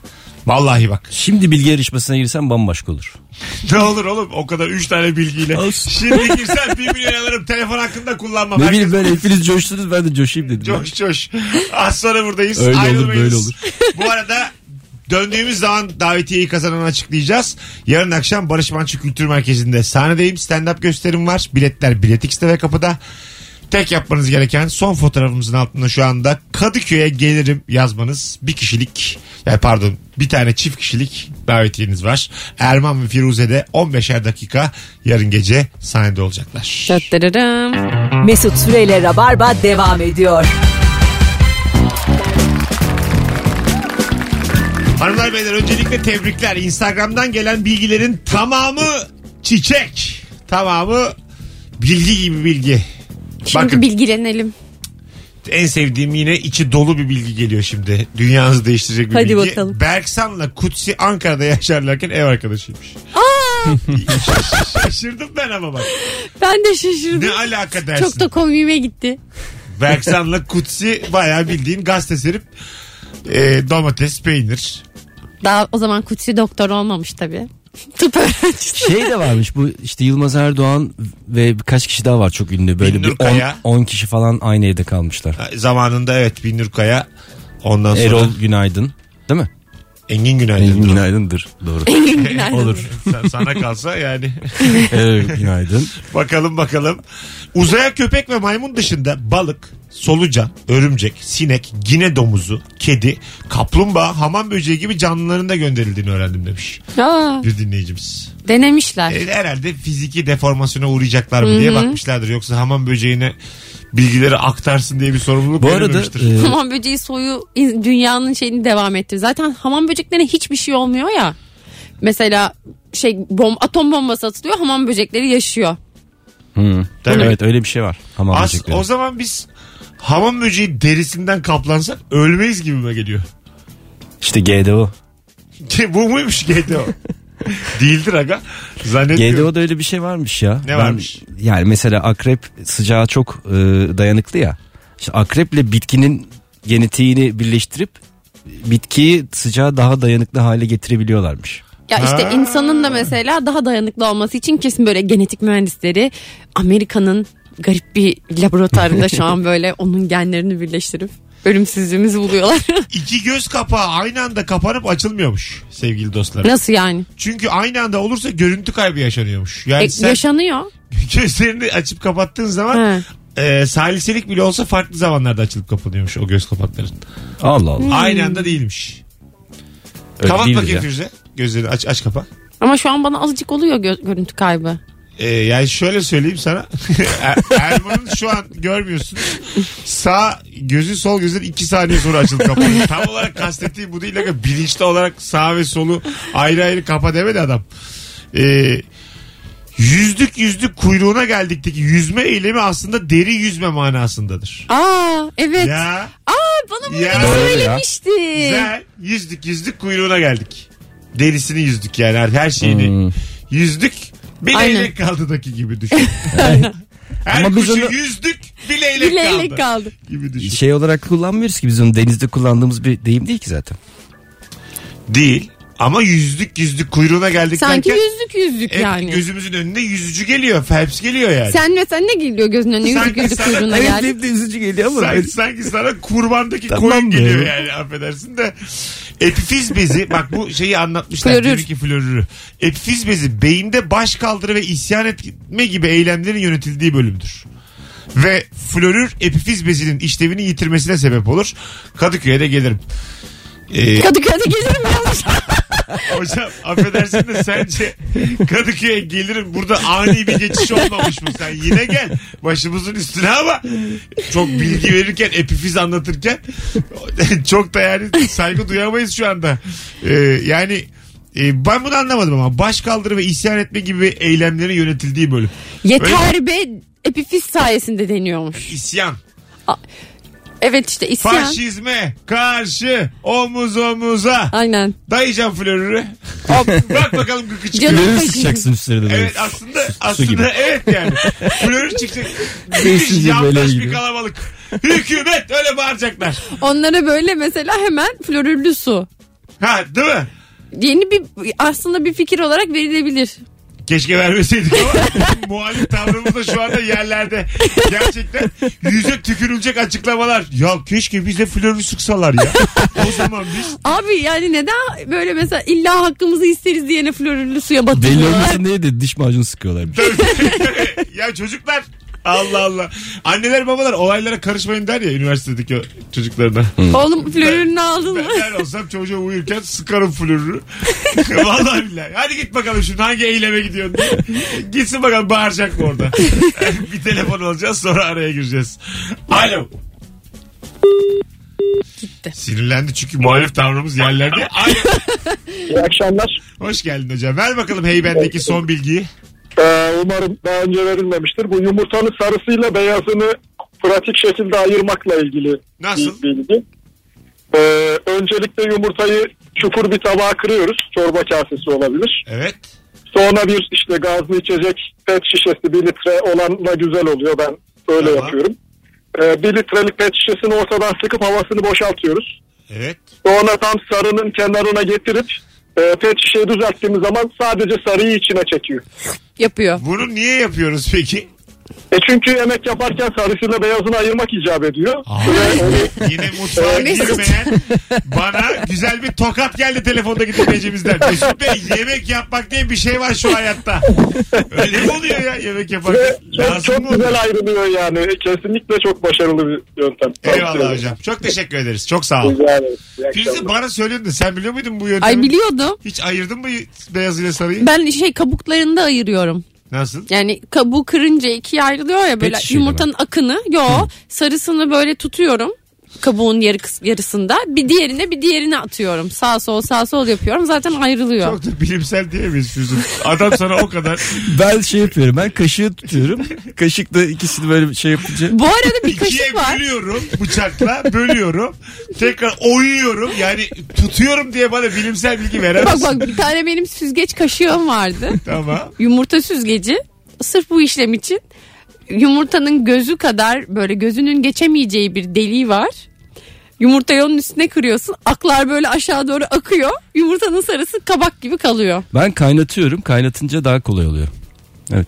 [SPEAKER 2] Vallahi bak.
[SPEAKER 13] Şimdi bilgi yarışmasına girsem bambaşka olur.
[SPEAKER 2] Ne olur oğlum o kadar 3 tane bilgiyle. Şimdi girsen 1 milyon alırım telefon hakkında kullanmam.
[SPEAKER 13] Ne
[SPEAKER 2] Herkes-
[SPEAKER 13] bileyim ben hepiniz coştunuz ben de coşayım dedim.
[SPEAKER 2] Coş coş. Az sonra buradayız.
[SPEAKER 13] Öyle olur,
[SPEAKER 2] Ayrılmayız.
[SPEAKER 13] böyle olur.
[SPEAKER 2] Bu arada döndüğümüz zaman davetiyeyi kazananı açıklayacağız. Yarın akşam Barış Manço Kültür Merkezi'nde sahnedeyim. Stand-up gösterim var. Biletler Biletix'te ve kapıda. Tek yapmanız gereken son fotoğrafımızın altında şu anda Kadıköy'e gelirim yazmanız. Bir kişilik yani pardon bir tane çift kişilik davetiyeniz var. Erman ve Firuze'de 15'er dakika yarın gece sahnede olacaklar.
[SPEAKER 1] Mesut Süreyle Rabarba devam ediyor.
[SPEAKER 2] Hanımlar beyler öncelikle tebrikler. Instagram'dan gelen bilgilerin tamamı çiçek. Tamamı bilgi gibi bilgi.
[SPEAKER 3] Şimdi
[SPEAKER 2] Bakın
[SPEAKER 3] bilgilenelim.
[SPEAKER 2] en sevdiğim yine içi dolu bir bilgi geliyor şimdi. Dünyanızı değiştirecek bir
[SPEAKER 3] Hadi
[SPEAKER 2] bilgi.
[SPEAKER 3] bakalım.
[SPEAKER 2] Berksan'la Kutsi Ankara'da yaşarlarken ev arkadaşıymış. Şaşırdım ben ama bak.
[SPEAKER 3] Ben de şaşırdım.
[SPEAKER 2] Ne alaka dersin?
[SPEAKER 3] Çok da komiğime gitti.
[SPEAKER 2] Berksan'la Kutsi bayağı bildiğin gazete serip e, domates, peynir.
[SPEAKER 3] Daha o zaman Kutsi doktor olmamış tabii. Tıp öğrencisi.
[SPEAKER 13] Şey de varmış bu işte Yılmaz Erdoğan ve birkaç kişi daha var çok ünlü. Böyle
[SPEAKER 2] Binnur
[SPEAKER 13] bir
[SPEAKER 2] Kaya.
[SPEAKER 13] 10 kişi falan aynı evde kalmışlar.
[SPEAKER 2] Zamanında evet Binur Kaya. Ondan sonra
[SPEAKER 13] Erol Günaydın değil mi?
[SPEAKER 2] Engin Günaydın.
[SPEAKER 13] Engin Günaydın'dır doğru.
[SPEAKER 3] Engin Günaydın.
[SPEAKER 13] Olur.
[SPEAKER 2] Sen- sana kalsa yani.
[SPEAKER 13] Evet, günaydın.
[SPEAKER 2] Bakalım bakalım. Uzaya köpek ve maymun dışında balık, solucan, örümcek, sinek, gine domuzu, kedi, kaplumbağa, hamam böceği gibi canlıların da gönderildiğini öğrendim demiş
[SPEAKER 3] Aa,
[SPEAKER 2] bir dinleyicimiz.
[SPEAKER 3] denemişler.
[SPEAKER 2] E, herhalde fiziki deformasyona uğrayacaklar mı diye
[SPEAKER 3] Hı hı.
[SPEAKER 2] bakmışlardır. Yoksa hamam böceğine bilgileri aktarsın diye bir sorumluluk
[SPEAKER 13] Bu arada
[SPEAKER 2] verilmemiştir.
[SPEAKER 13] e,
[SPEAKER 3] Hamam böceği soyu in- dünyanın şeyini devam etti. Zaten hamam böceklerine hiçbir şey olmuyor ya. Mesela şey bom atom bombası atılıyor hamam böcekleri yaşıyor.
[SPEAKER 13] hı.
[SPEAKER 2] Tabii.
[SPEAKER 13] evet öyle bir şey var. Hamam
[SPEAKER 2] As-
[SPEAKER 13] böcekleri.
[SPEAKER 2] o zaman biz hamam böceği derisinden kaplansak ölmeyiz gibime geliyor.
[SPEAKER 13] İşte GDO.
[SPEAKER 2] Bu muymuş GDO? Değildir aga. Zannediyorum.
[SPEAKER 13] GDO'da öyle bir şey varmış ya.
[SPEAKER 2] Ne varmış?
[SPEAKER 13] Yani mesela akrep sıcağa çok e, dayanıklı ya. İşte akreple bitkinin genetiğini birleştirip bitkiyi sıcağa daha dayanıklı hale getirebiliyorlarmış.
[SPEAKER 3] Ya işte
[SPEAKER 13] Ha.
[SPEAKER 3] insanın da mesela daha dayanıklı olması için kesin böyle genetik mühendisleri Amerika'nın garip bir laboratuvarında şu an böyle onun genlerini birleştirip ölümsüzlüğümüzü buluyorlar.
[SPEAKER 2] İki göz kapağı aynı anda kapanıp açılmıyormuş sevgili dostlar.
[SPEAKER 3] Nasıl yani?
[SPEAKER 2] Çünkü aynı anda olursa görüntü kaybı yaşanıyormuş. Yani
[SPEAKER 3] E,
[SPEAKER 2] Hani sen
[SPEAKER 3] Yaşanıyor.
[SPEAKER 2] gözlerini açıp kapattığın zaman e, saliselik bile olsa farklı zamanlarda açılıp kapanıyormuş o göz kapakların.
[SPEAKER 13] Hmm. Allah Allah.
[SPEAKER 2] Aynı anda değilmiş.
[SPEAKER 13] Öyle
[SPEAKER 2] Kapat
[SPEAKER 13] değildir
[SPEAKER 2] bakayım
[SPEAKER 13] ya.
[SPEAKER 2] Firuze. Gözlerini aç, aç kapa.
[SPEAKER 3] Ama şu an bana azıcık oluyor gö- görüntü kaybı.
[SPEAKER 2] E, yani şöyle söyleyeyim sana. Er- Erman'ın şu an görmüyorsunuz. Sağ gözü sol gözün iki saniye sonra açılıp kapanıyor. Tam olarak kastettiğim bu değil. Aga. Bilinçli olarak sağ ve solu ayrı ayrı kapa demedi adam. E, yüzlük yüzlük kuyruğuna geldikteki yüzme eylemi aslında deri yüzme manasındadır.
[SPEAKER 3] Aa evet.
[SPEAKER 2] Ya
[SPEAKER 3] Aa bana bunu
[SPEAKER 2] Ya.
[SPEAKER 3] biri
[SPEAKER 2] Doğru ya.
[SPEAKER 3] söylemişti.
[SPEAKER 2] güzel. Yüzlük yüzlük kuyruğuna geldik. Derisini yüzdük yani her- her şeyini.
[SPEAKER 13] Hmm.
[SPEAKER 2] Yüzdük
[SPEAKER 3] Aynen.
[SPEAKER 2] bileyle kaldıdaki gibi düşün. Her
[SPEAKER 13] Ama biz
[SPEAKER 2] kuşu
[SPEAKER 13] onu-
[SPEAKER 2] yüzdük bileyle,
[SPEAKER 3] Bileyle
[SPEAKER 2] kaldı.
[SPEAKER 3] kaldı.
[SPEAKER 2] Gibi düşün.
[SPEAKER 13] Şey olarak kullanmıyoruz ki biz onu denizde kullandığımız bir deyim değil ki zaten.
[SPEAKER 2] Değil ama yüzdük yüzdük kuyruğuna geldik
[SPEAKER 3] Sanki
[SPEAKER 2] derken
[SPEAKER 3] yüzlük yüzlük
[SPEAKER 2] hep
[SPEAKER 3] yani.
[SPEAKER 2] gözümüzün önünde yüzücü geliyor. Phelps geliyor yani.
[SPEAKER 3] Sen ve sen ne geliyor gözünün önüne yüzük
[SPEAKER 2] Sanki
[SPEAKER 3] yüzük
[SPEAKER 2] sana-
[SPEAKER 3] kuyruğuna
[SPEAKER 2] Evet,
[SPEAKER 3] geldi.
[SPEAKER 13] Hep de üzücü geliyor
[SPEAKER 2] Sanki, sanki sana kurbandaki
[SPEAKER 13] Tamam
[SPEAKER 2] koyun
[SPEAKER 13] be.
[SPEAKER 2] geliyor yani affedersin de. Epifiz bezi bak bu şeyi anlatmışlar.
[SPEAKER 3] Florür.
[SPEAKER 2] Florür. ki florürü. Epifiz bezi beyinde baş kaldırı ve isyan etme gibi eylemlerin yönetildiği bölümdür. Ve florür epifiz bezinin işlevini yitirmesine sebep olur. Kadıköy'e de gelirim. Ee,
[SPEAKER 3] Kadıköy'de gezerim yanlış.
[SPEAKER 2] hocam affedersin de sence Kadıköy'e gelirim burada ani bir geçiş olmamış mı? Sen yine gel başımızın üstüne ama çok bilgi verirken epifiz anlatırken çok da yani saygı duyamayız şu anda. Ee, yani e, ben bunu anlamadım ama baş kaldırı ve isyan etme gibi eylemlerin yönetildiği bölüm. Öyle
[SPEAKER 3] Yeter be epifiz sayesinde deniyormuş.
[SPEAKER 2] İsyan.
[SPEAKER 3] Evet işte isyan.
[SPEAKER 2] Faşizme karşı omuz omuza.
[SPEAKER 3] Aynen.
[SPEAKER 2] Dayayacağım flörürü. Bak bakalım gıkı çıkıyor.
[SPEAKER 3] Canım
[SPEAKER 4] Flörü
[SPEAKER 3] Bakayım.
[SPEAKER 4] sıçacaksın üstüne de. böyle.
[SPEAKER 2] Evet aslında aslında
[SPEAKER 4] gibi.
[SPEAKER 2] evet yani. Flörü çıkacak. Müthiş
[SPEAKER 4] Sessizce böyle
[SPEAKER 2] yandaş bir
[SPEAKER 4] gidiyor.
[SPEAKER 2] kalabalık. Hükümet öyle bağıracaklar.
[SPEAKER 3] Onlara böyle mesela hemen florürlü su.
[SPEAKER 2] Ha değil mi?
[SPEAKER 3] Yeni bir aslında bir fikir olarak verilebilir.
[SPEAKER 2] Keşke vermeseydik ama muhalif tavrımız da şu anda yerlerde. Gerçekten yüze tükürülecek açıklamalar. Ya keşke bize flörü sıksalar ya. O zaman biz
[SPEAKER 3] Abi yani neden böyle mesela illa hakkımızı isteriz diyene florürlü suya
[SPEAKER 4] Deli
[SPEAKER 3] batırıyorlar.
[SPEAKER 4] olmasın diye de diş macunu sıkıyorlarmış.
[SPEAKER 2] ya çocuklar Allah Allah. Anneler babalar olaylara karışmayın der ya üniversitedeki o çocuklarına.
[SPEAKER 3] Oğlum florürünü aldın mı?
[SPEAKER 2] Ben, ben olsam çocuğa uyurken sıkarım flörünü. Vallahi billahi. Hadi git bakalım şimdi hangi eyleme gidiyorsun diye. Gitsin bakalım bağıracak mı orada. bir telefon alacağız sonra araya gireceğiz. Alo.
[SPEAKER 3] Gitti.
[SPEAKER 2] Sinirlendi çünkü muhalif tavrımız yerlerde. Alo.
[SPEAKER 10] İyi akşamlar.
[SPEAKER 2] Hoş geldin hocam. Ver bakalım heybendeki son bilgiyi.
[SPEAKER 10] Ee, umarım daha önce verilmemiştir. Bu yumurtanın sarısıyla beyazını pratik şekilde ayırmakla ilgili
[SPEAKER 2] Nasıl?
[SPEAKER 10] bir bilgi. Ee, öncelikle yumurtayı çukur bir tabağa kırıyoruz. Çorba kasesi olabilir.
[SPEAKER 2] Evet.
[SPEAKER 10] Sonra bir işte gazlı içecek pet şişesi bir litre olanla güzel oluyor. Ben öyle
[SPEAKER 2] Tamam.
[SPEAKER 10] yapıyorum. Ee, bir litrelik pet şişesini ortadan sıkıp havasını boşaltıyoruz.
[SPEAKER 2] Evet.
[SPEAKER 10] Sonra tam sarının kenarına getirip e, pet şişeyi düzelttiğimiz zaman sadece sarıyı içine çekiyor.
[SPEAKER 3] Yapıyor.
[SPEAKER 2] Bunu niye yapıyoruz peki?
[SPEAKER 10] E çünkü emek yaparken sarısıyla beyazını ayırmak icap ediyor.
[SPEAKER 2] Aa.
[SPEAKER 10] Ve onu-
[SPEAKER 2] Yine mutfağa
[SPEAKER 3] Mesut.
[SPEAKER 2] girmeyen bana güzel bir tokat geldi telefondaki dinleyicimizden. Mesut Bey yemek yapmak diye bir şey var şu hayatta. Öyle mi oluyor ya yemek yapmak?
[SPEAKER 10] ve E, çok,
[SPEAKER 2] Lazım mı
[SPEAKER 10] çok
[SPEAKER 2] oluyor?
[SPEAKER 10] güzel ayrılıyor yani. E, Kesinlikle çok başarılı bir yöntem. Tavsiye
[SPEAKER 2] Eyvallah
[SPEAKER 10] ederim.
[SPEAKER 2] hocam. Çok teşekkür ederiz. Çok sağ ol.
[SPEAKER 10] Rica ederim. İyi
[SPEAKER 2] Firuze
[SPEAKER 10] akşamlar.
[SPEAKER 2] bana söylüyordun. Sen biliyor muydun bu yöntemi?
[SPEAKER 3] Ay biliyordum.
[SPEAKER 2] Hiç ayırdın mı beyaz ile sarıyı?
[SPEAKER 3] Ben şey kabuklarında ayırıyorum.
[SPEAKER 2] Nasıl?
[SPEAKER 3] Yani kabuğu kırınca ikiye ayrılıyor ya böyle
[SPEAKER 4] şişeyle
[SPEAKER 3] yumurtanın akını. Yo sarısını böyle tutuyorum kabuğun yarı kıs- yarısında. Bir diğerine bir diğerine atıyorum. Sağ sol sağ sol yapıyorum zaten ayrılıyor.
[SPEAKER 2] Çok da bilimsel diyemeyiz Firuze. Adam sana o kadar
[SPEAKER 4] Ben şey yapıyorum ben kaşığı tutuyorum. Kaşıkla ikisini böyle şey yapınca.
[SPEAKER 3] Bu arada bir
[SPEAKER 2] İkiye
[SPEAKER 3] kaşık var.
[SPEAKER 2] bölüyorum bıçakla bölüyorum. Tekrar oyuyorum yani tutuyorum diye bana bilimsel bilgi veren.
[SPEAKER 3] Bak bak bir tane benim süzgeç kaşığım vardı.
[SPEAKER 2] Tamam.
[SPEAKER 3] Yumurta süzgeci. Sırf bu işlem için yumurtanın gözü kadar böyle gözünün geçemeyeceği bir deliği var. Yumurtayı onun üstüne kırıyorsun. Aklar böyle aşağı doğru akıyor. Yumurtanın sarısı kabak gibi kalıyor.
[SPEAKER 4] Ben kaynatıyorum kaynatınca daha kolay oluyor. Evet.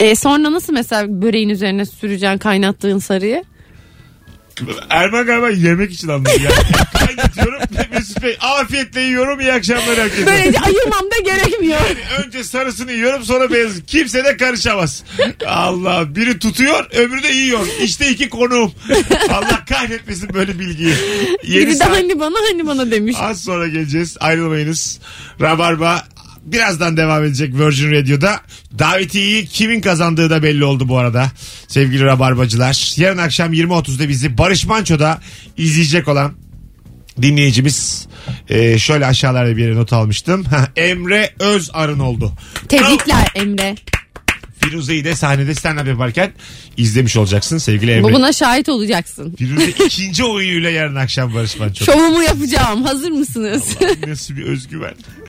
[SPEAKER 3] E sonra nasıl mesela böreğin üzerine süreceksin kaynattığın sarıyı?
[SPEAKER 2] Erman galiba yemek için anladı yani. Kaynatıyorum Mesut Bey afiyetle yiyorum iyi akşamlar herkese.
[SPEAKER 3] Böylece ayırmam da gerekmiyor.
[SPEAKER 2] Önce sarısını yiyorum sonra beyazı. Kimse de karışamaz. Allah biri tutuyor öbürü de yiyor. İşte iki konuğum. Allah kahretmesin böyle bilgiyi. Yeni
[SPEAKER 3] Biri de
[SPEAKER 2] saat-
[SPEAKER 3] hani bana hani bana demiş.
[SPEAKER 2] Az sonra geleceğiz. Ayrılmayınız. Rabarba birazdan devam edecek Virgin Radio'da. Davetiyeyi kimin kazandığı da belli oldu bu arada. Sevgili Rabarbacılar. Yarın akşam 20.30'da bizi Barış Manço'da izleyecek olan dinleyicimiz e, şöyle aşağılarda bir yere not almıştım. Emre Özarın oldu.
[SPEAKER 3] Tebrikler Emre.
[SPEAKER 2] Firuze'yi de sahnede stand-up yaparken izlemiş olacaksın sevgili Emre.
[SPEAKER 3] Bu buna şahit olacaksın.
[SPEAKER 2] Firuze ikinci oyunuyla yarın akşam Barış Manço.
[SPEAKER 3] Şovumu yapacağım. Hazır mısınız?
[SPEAKER 2] Nasıl bir özgüven.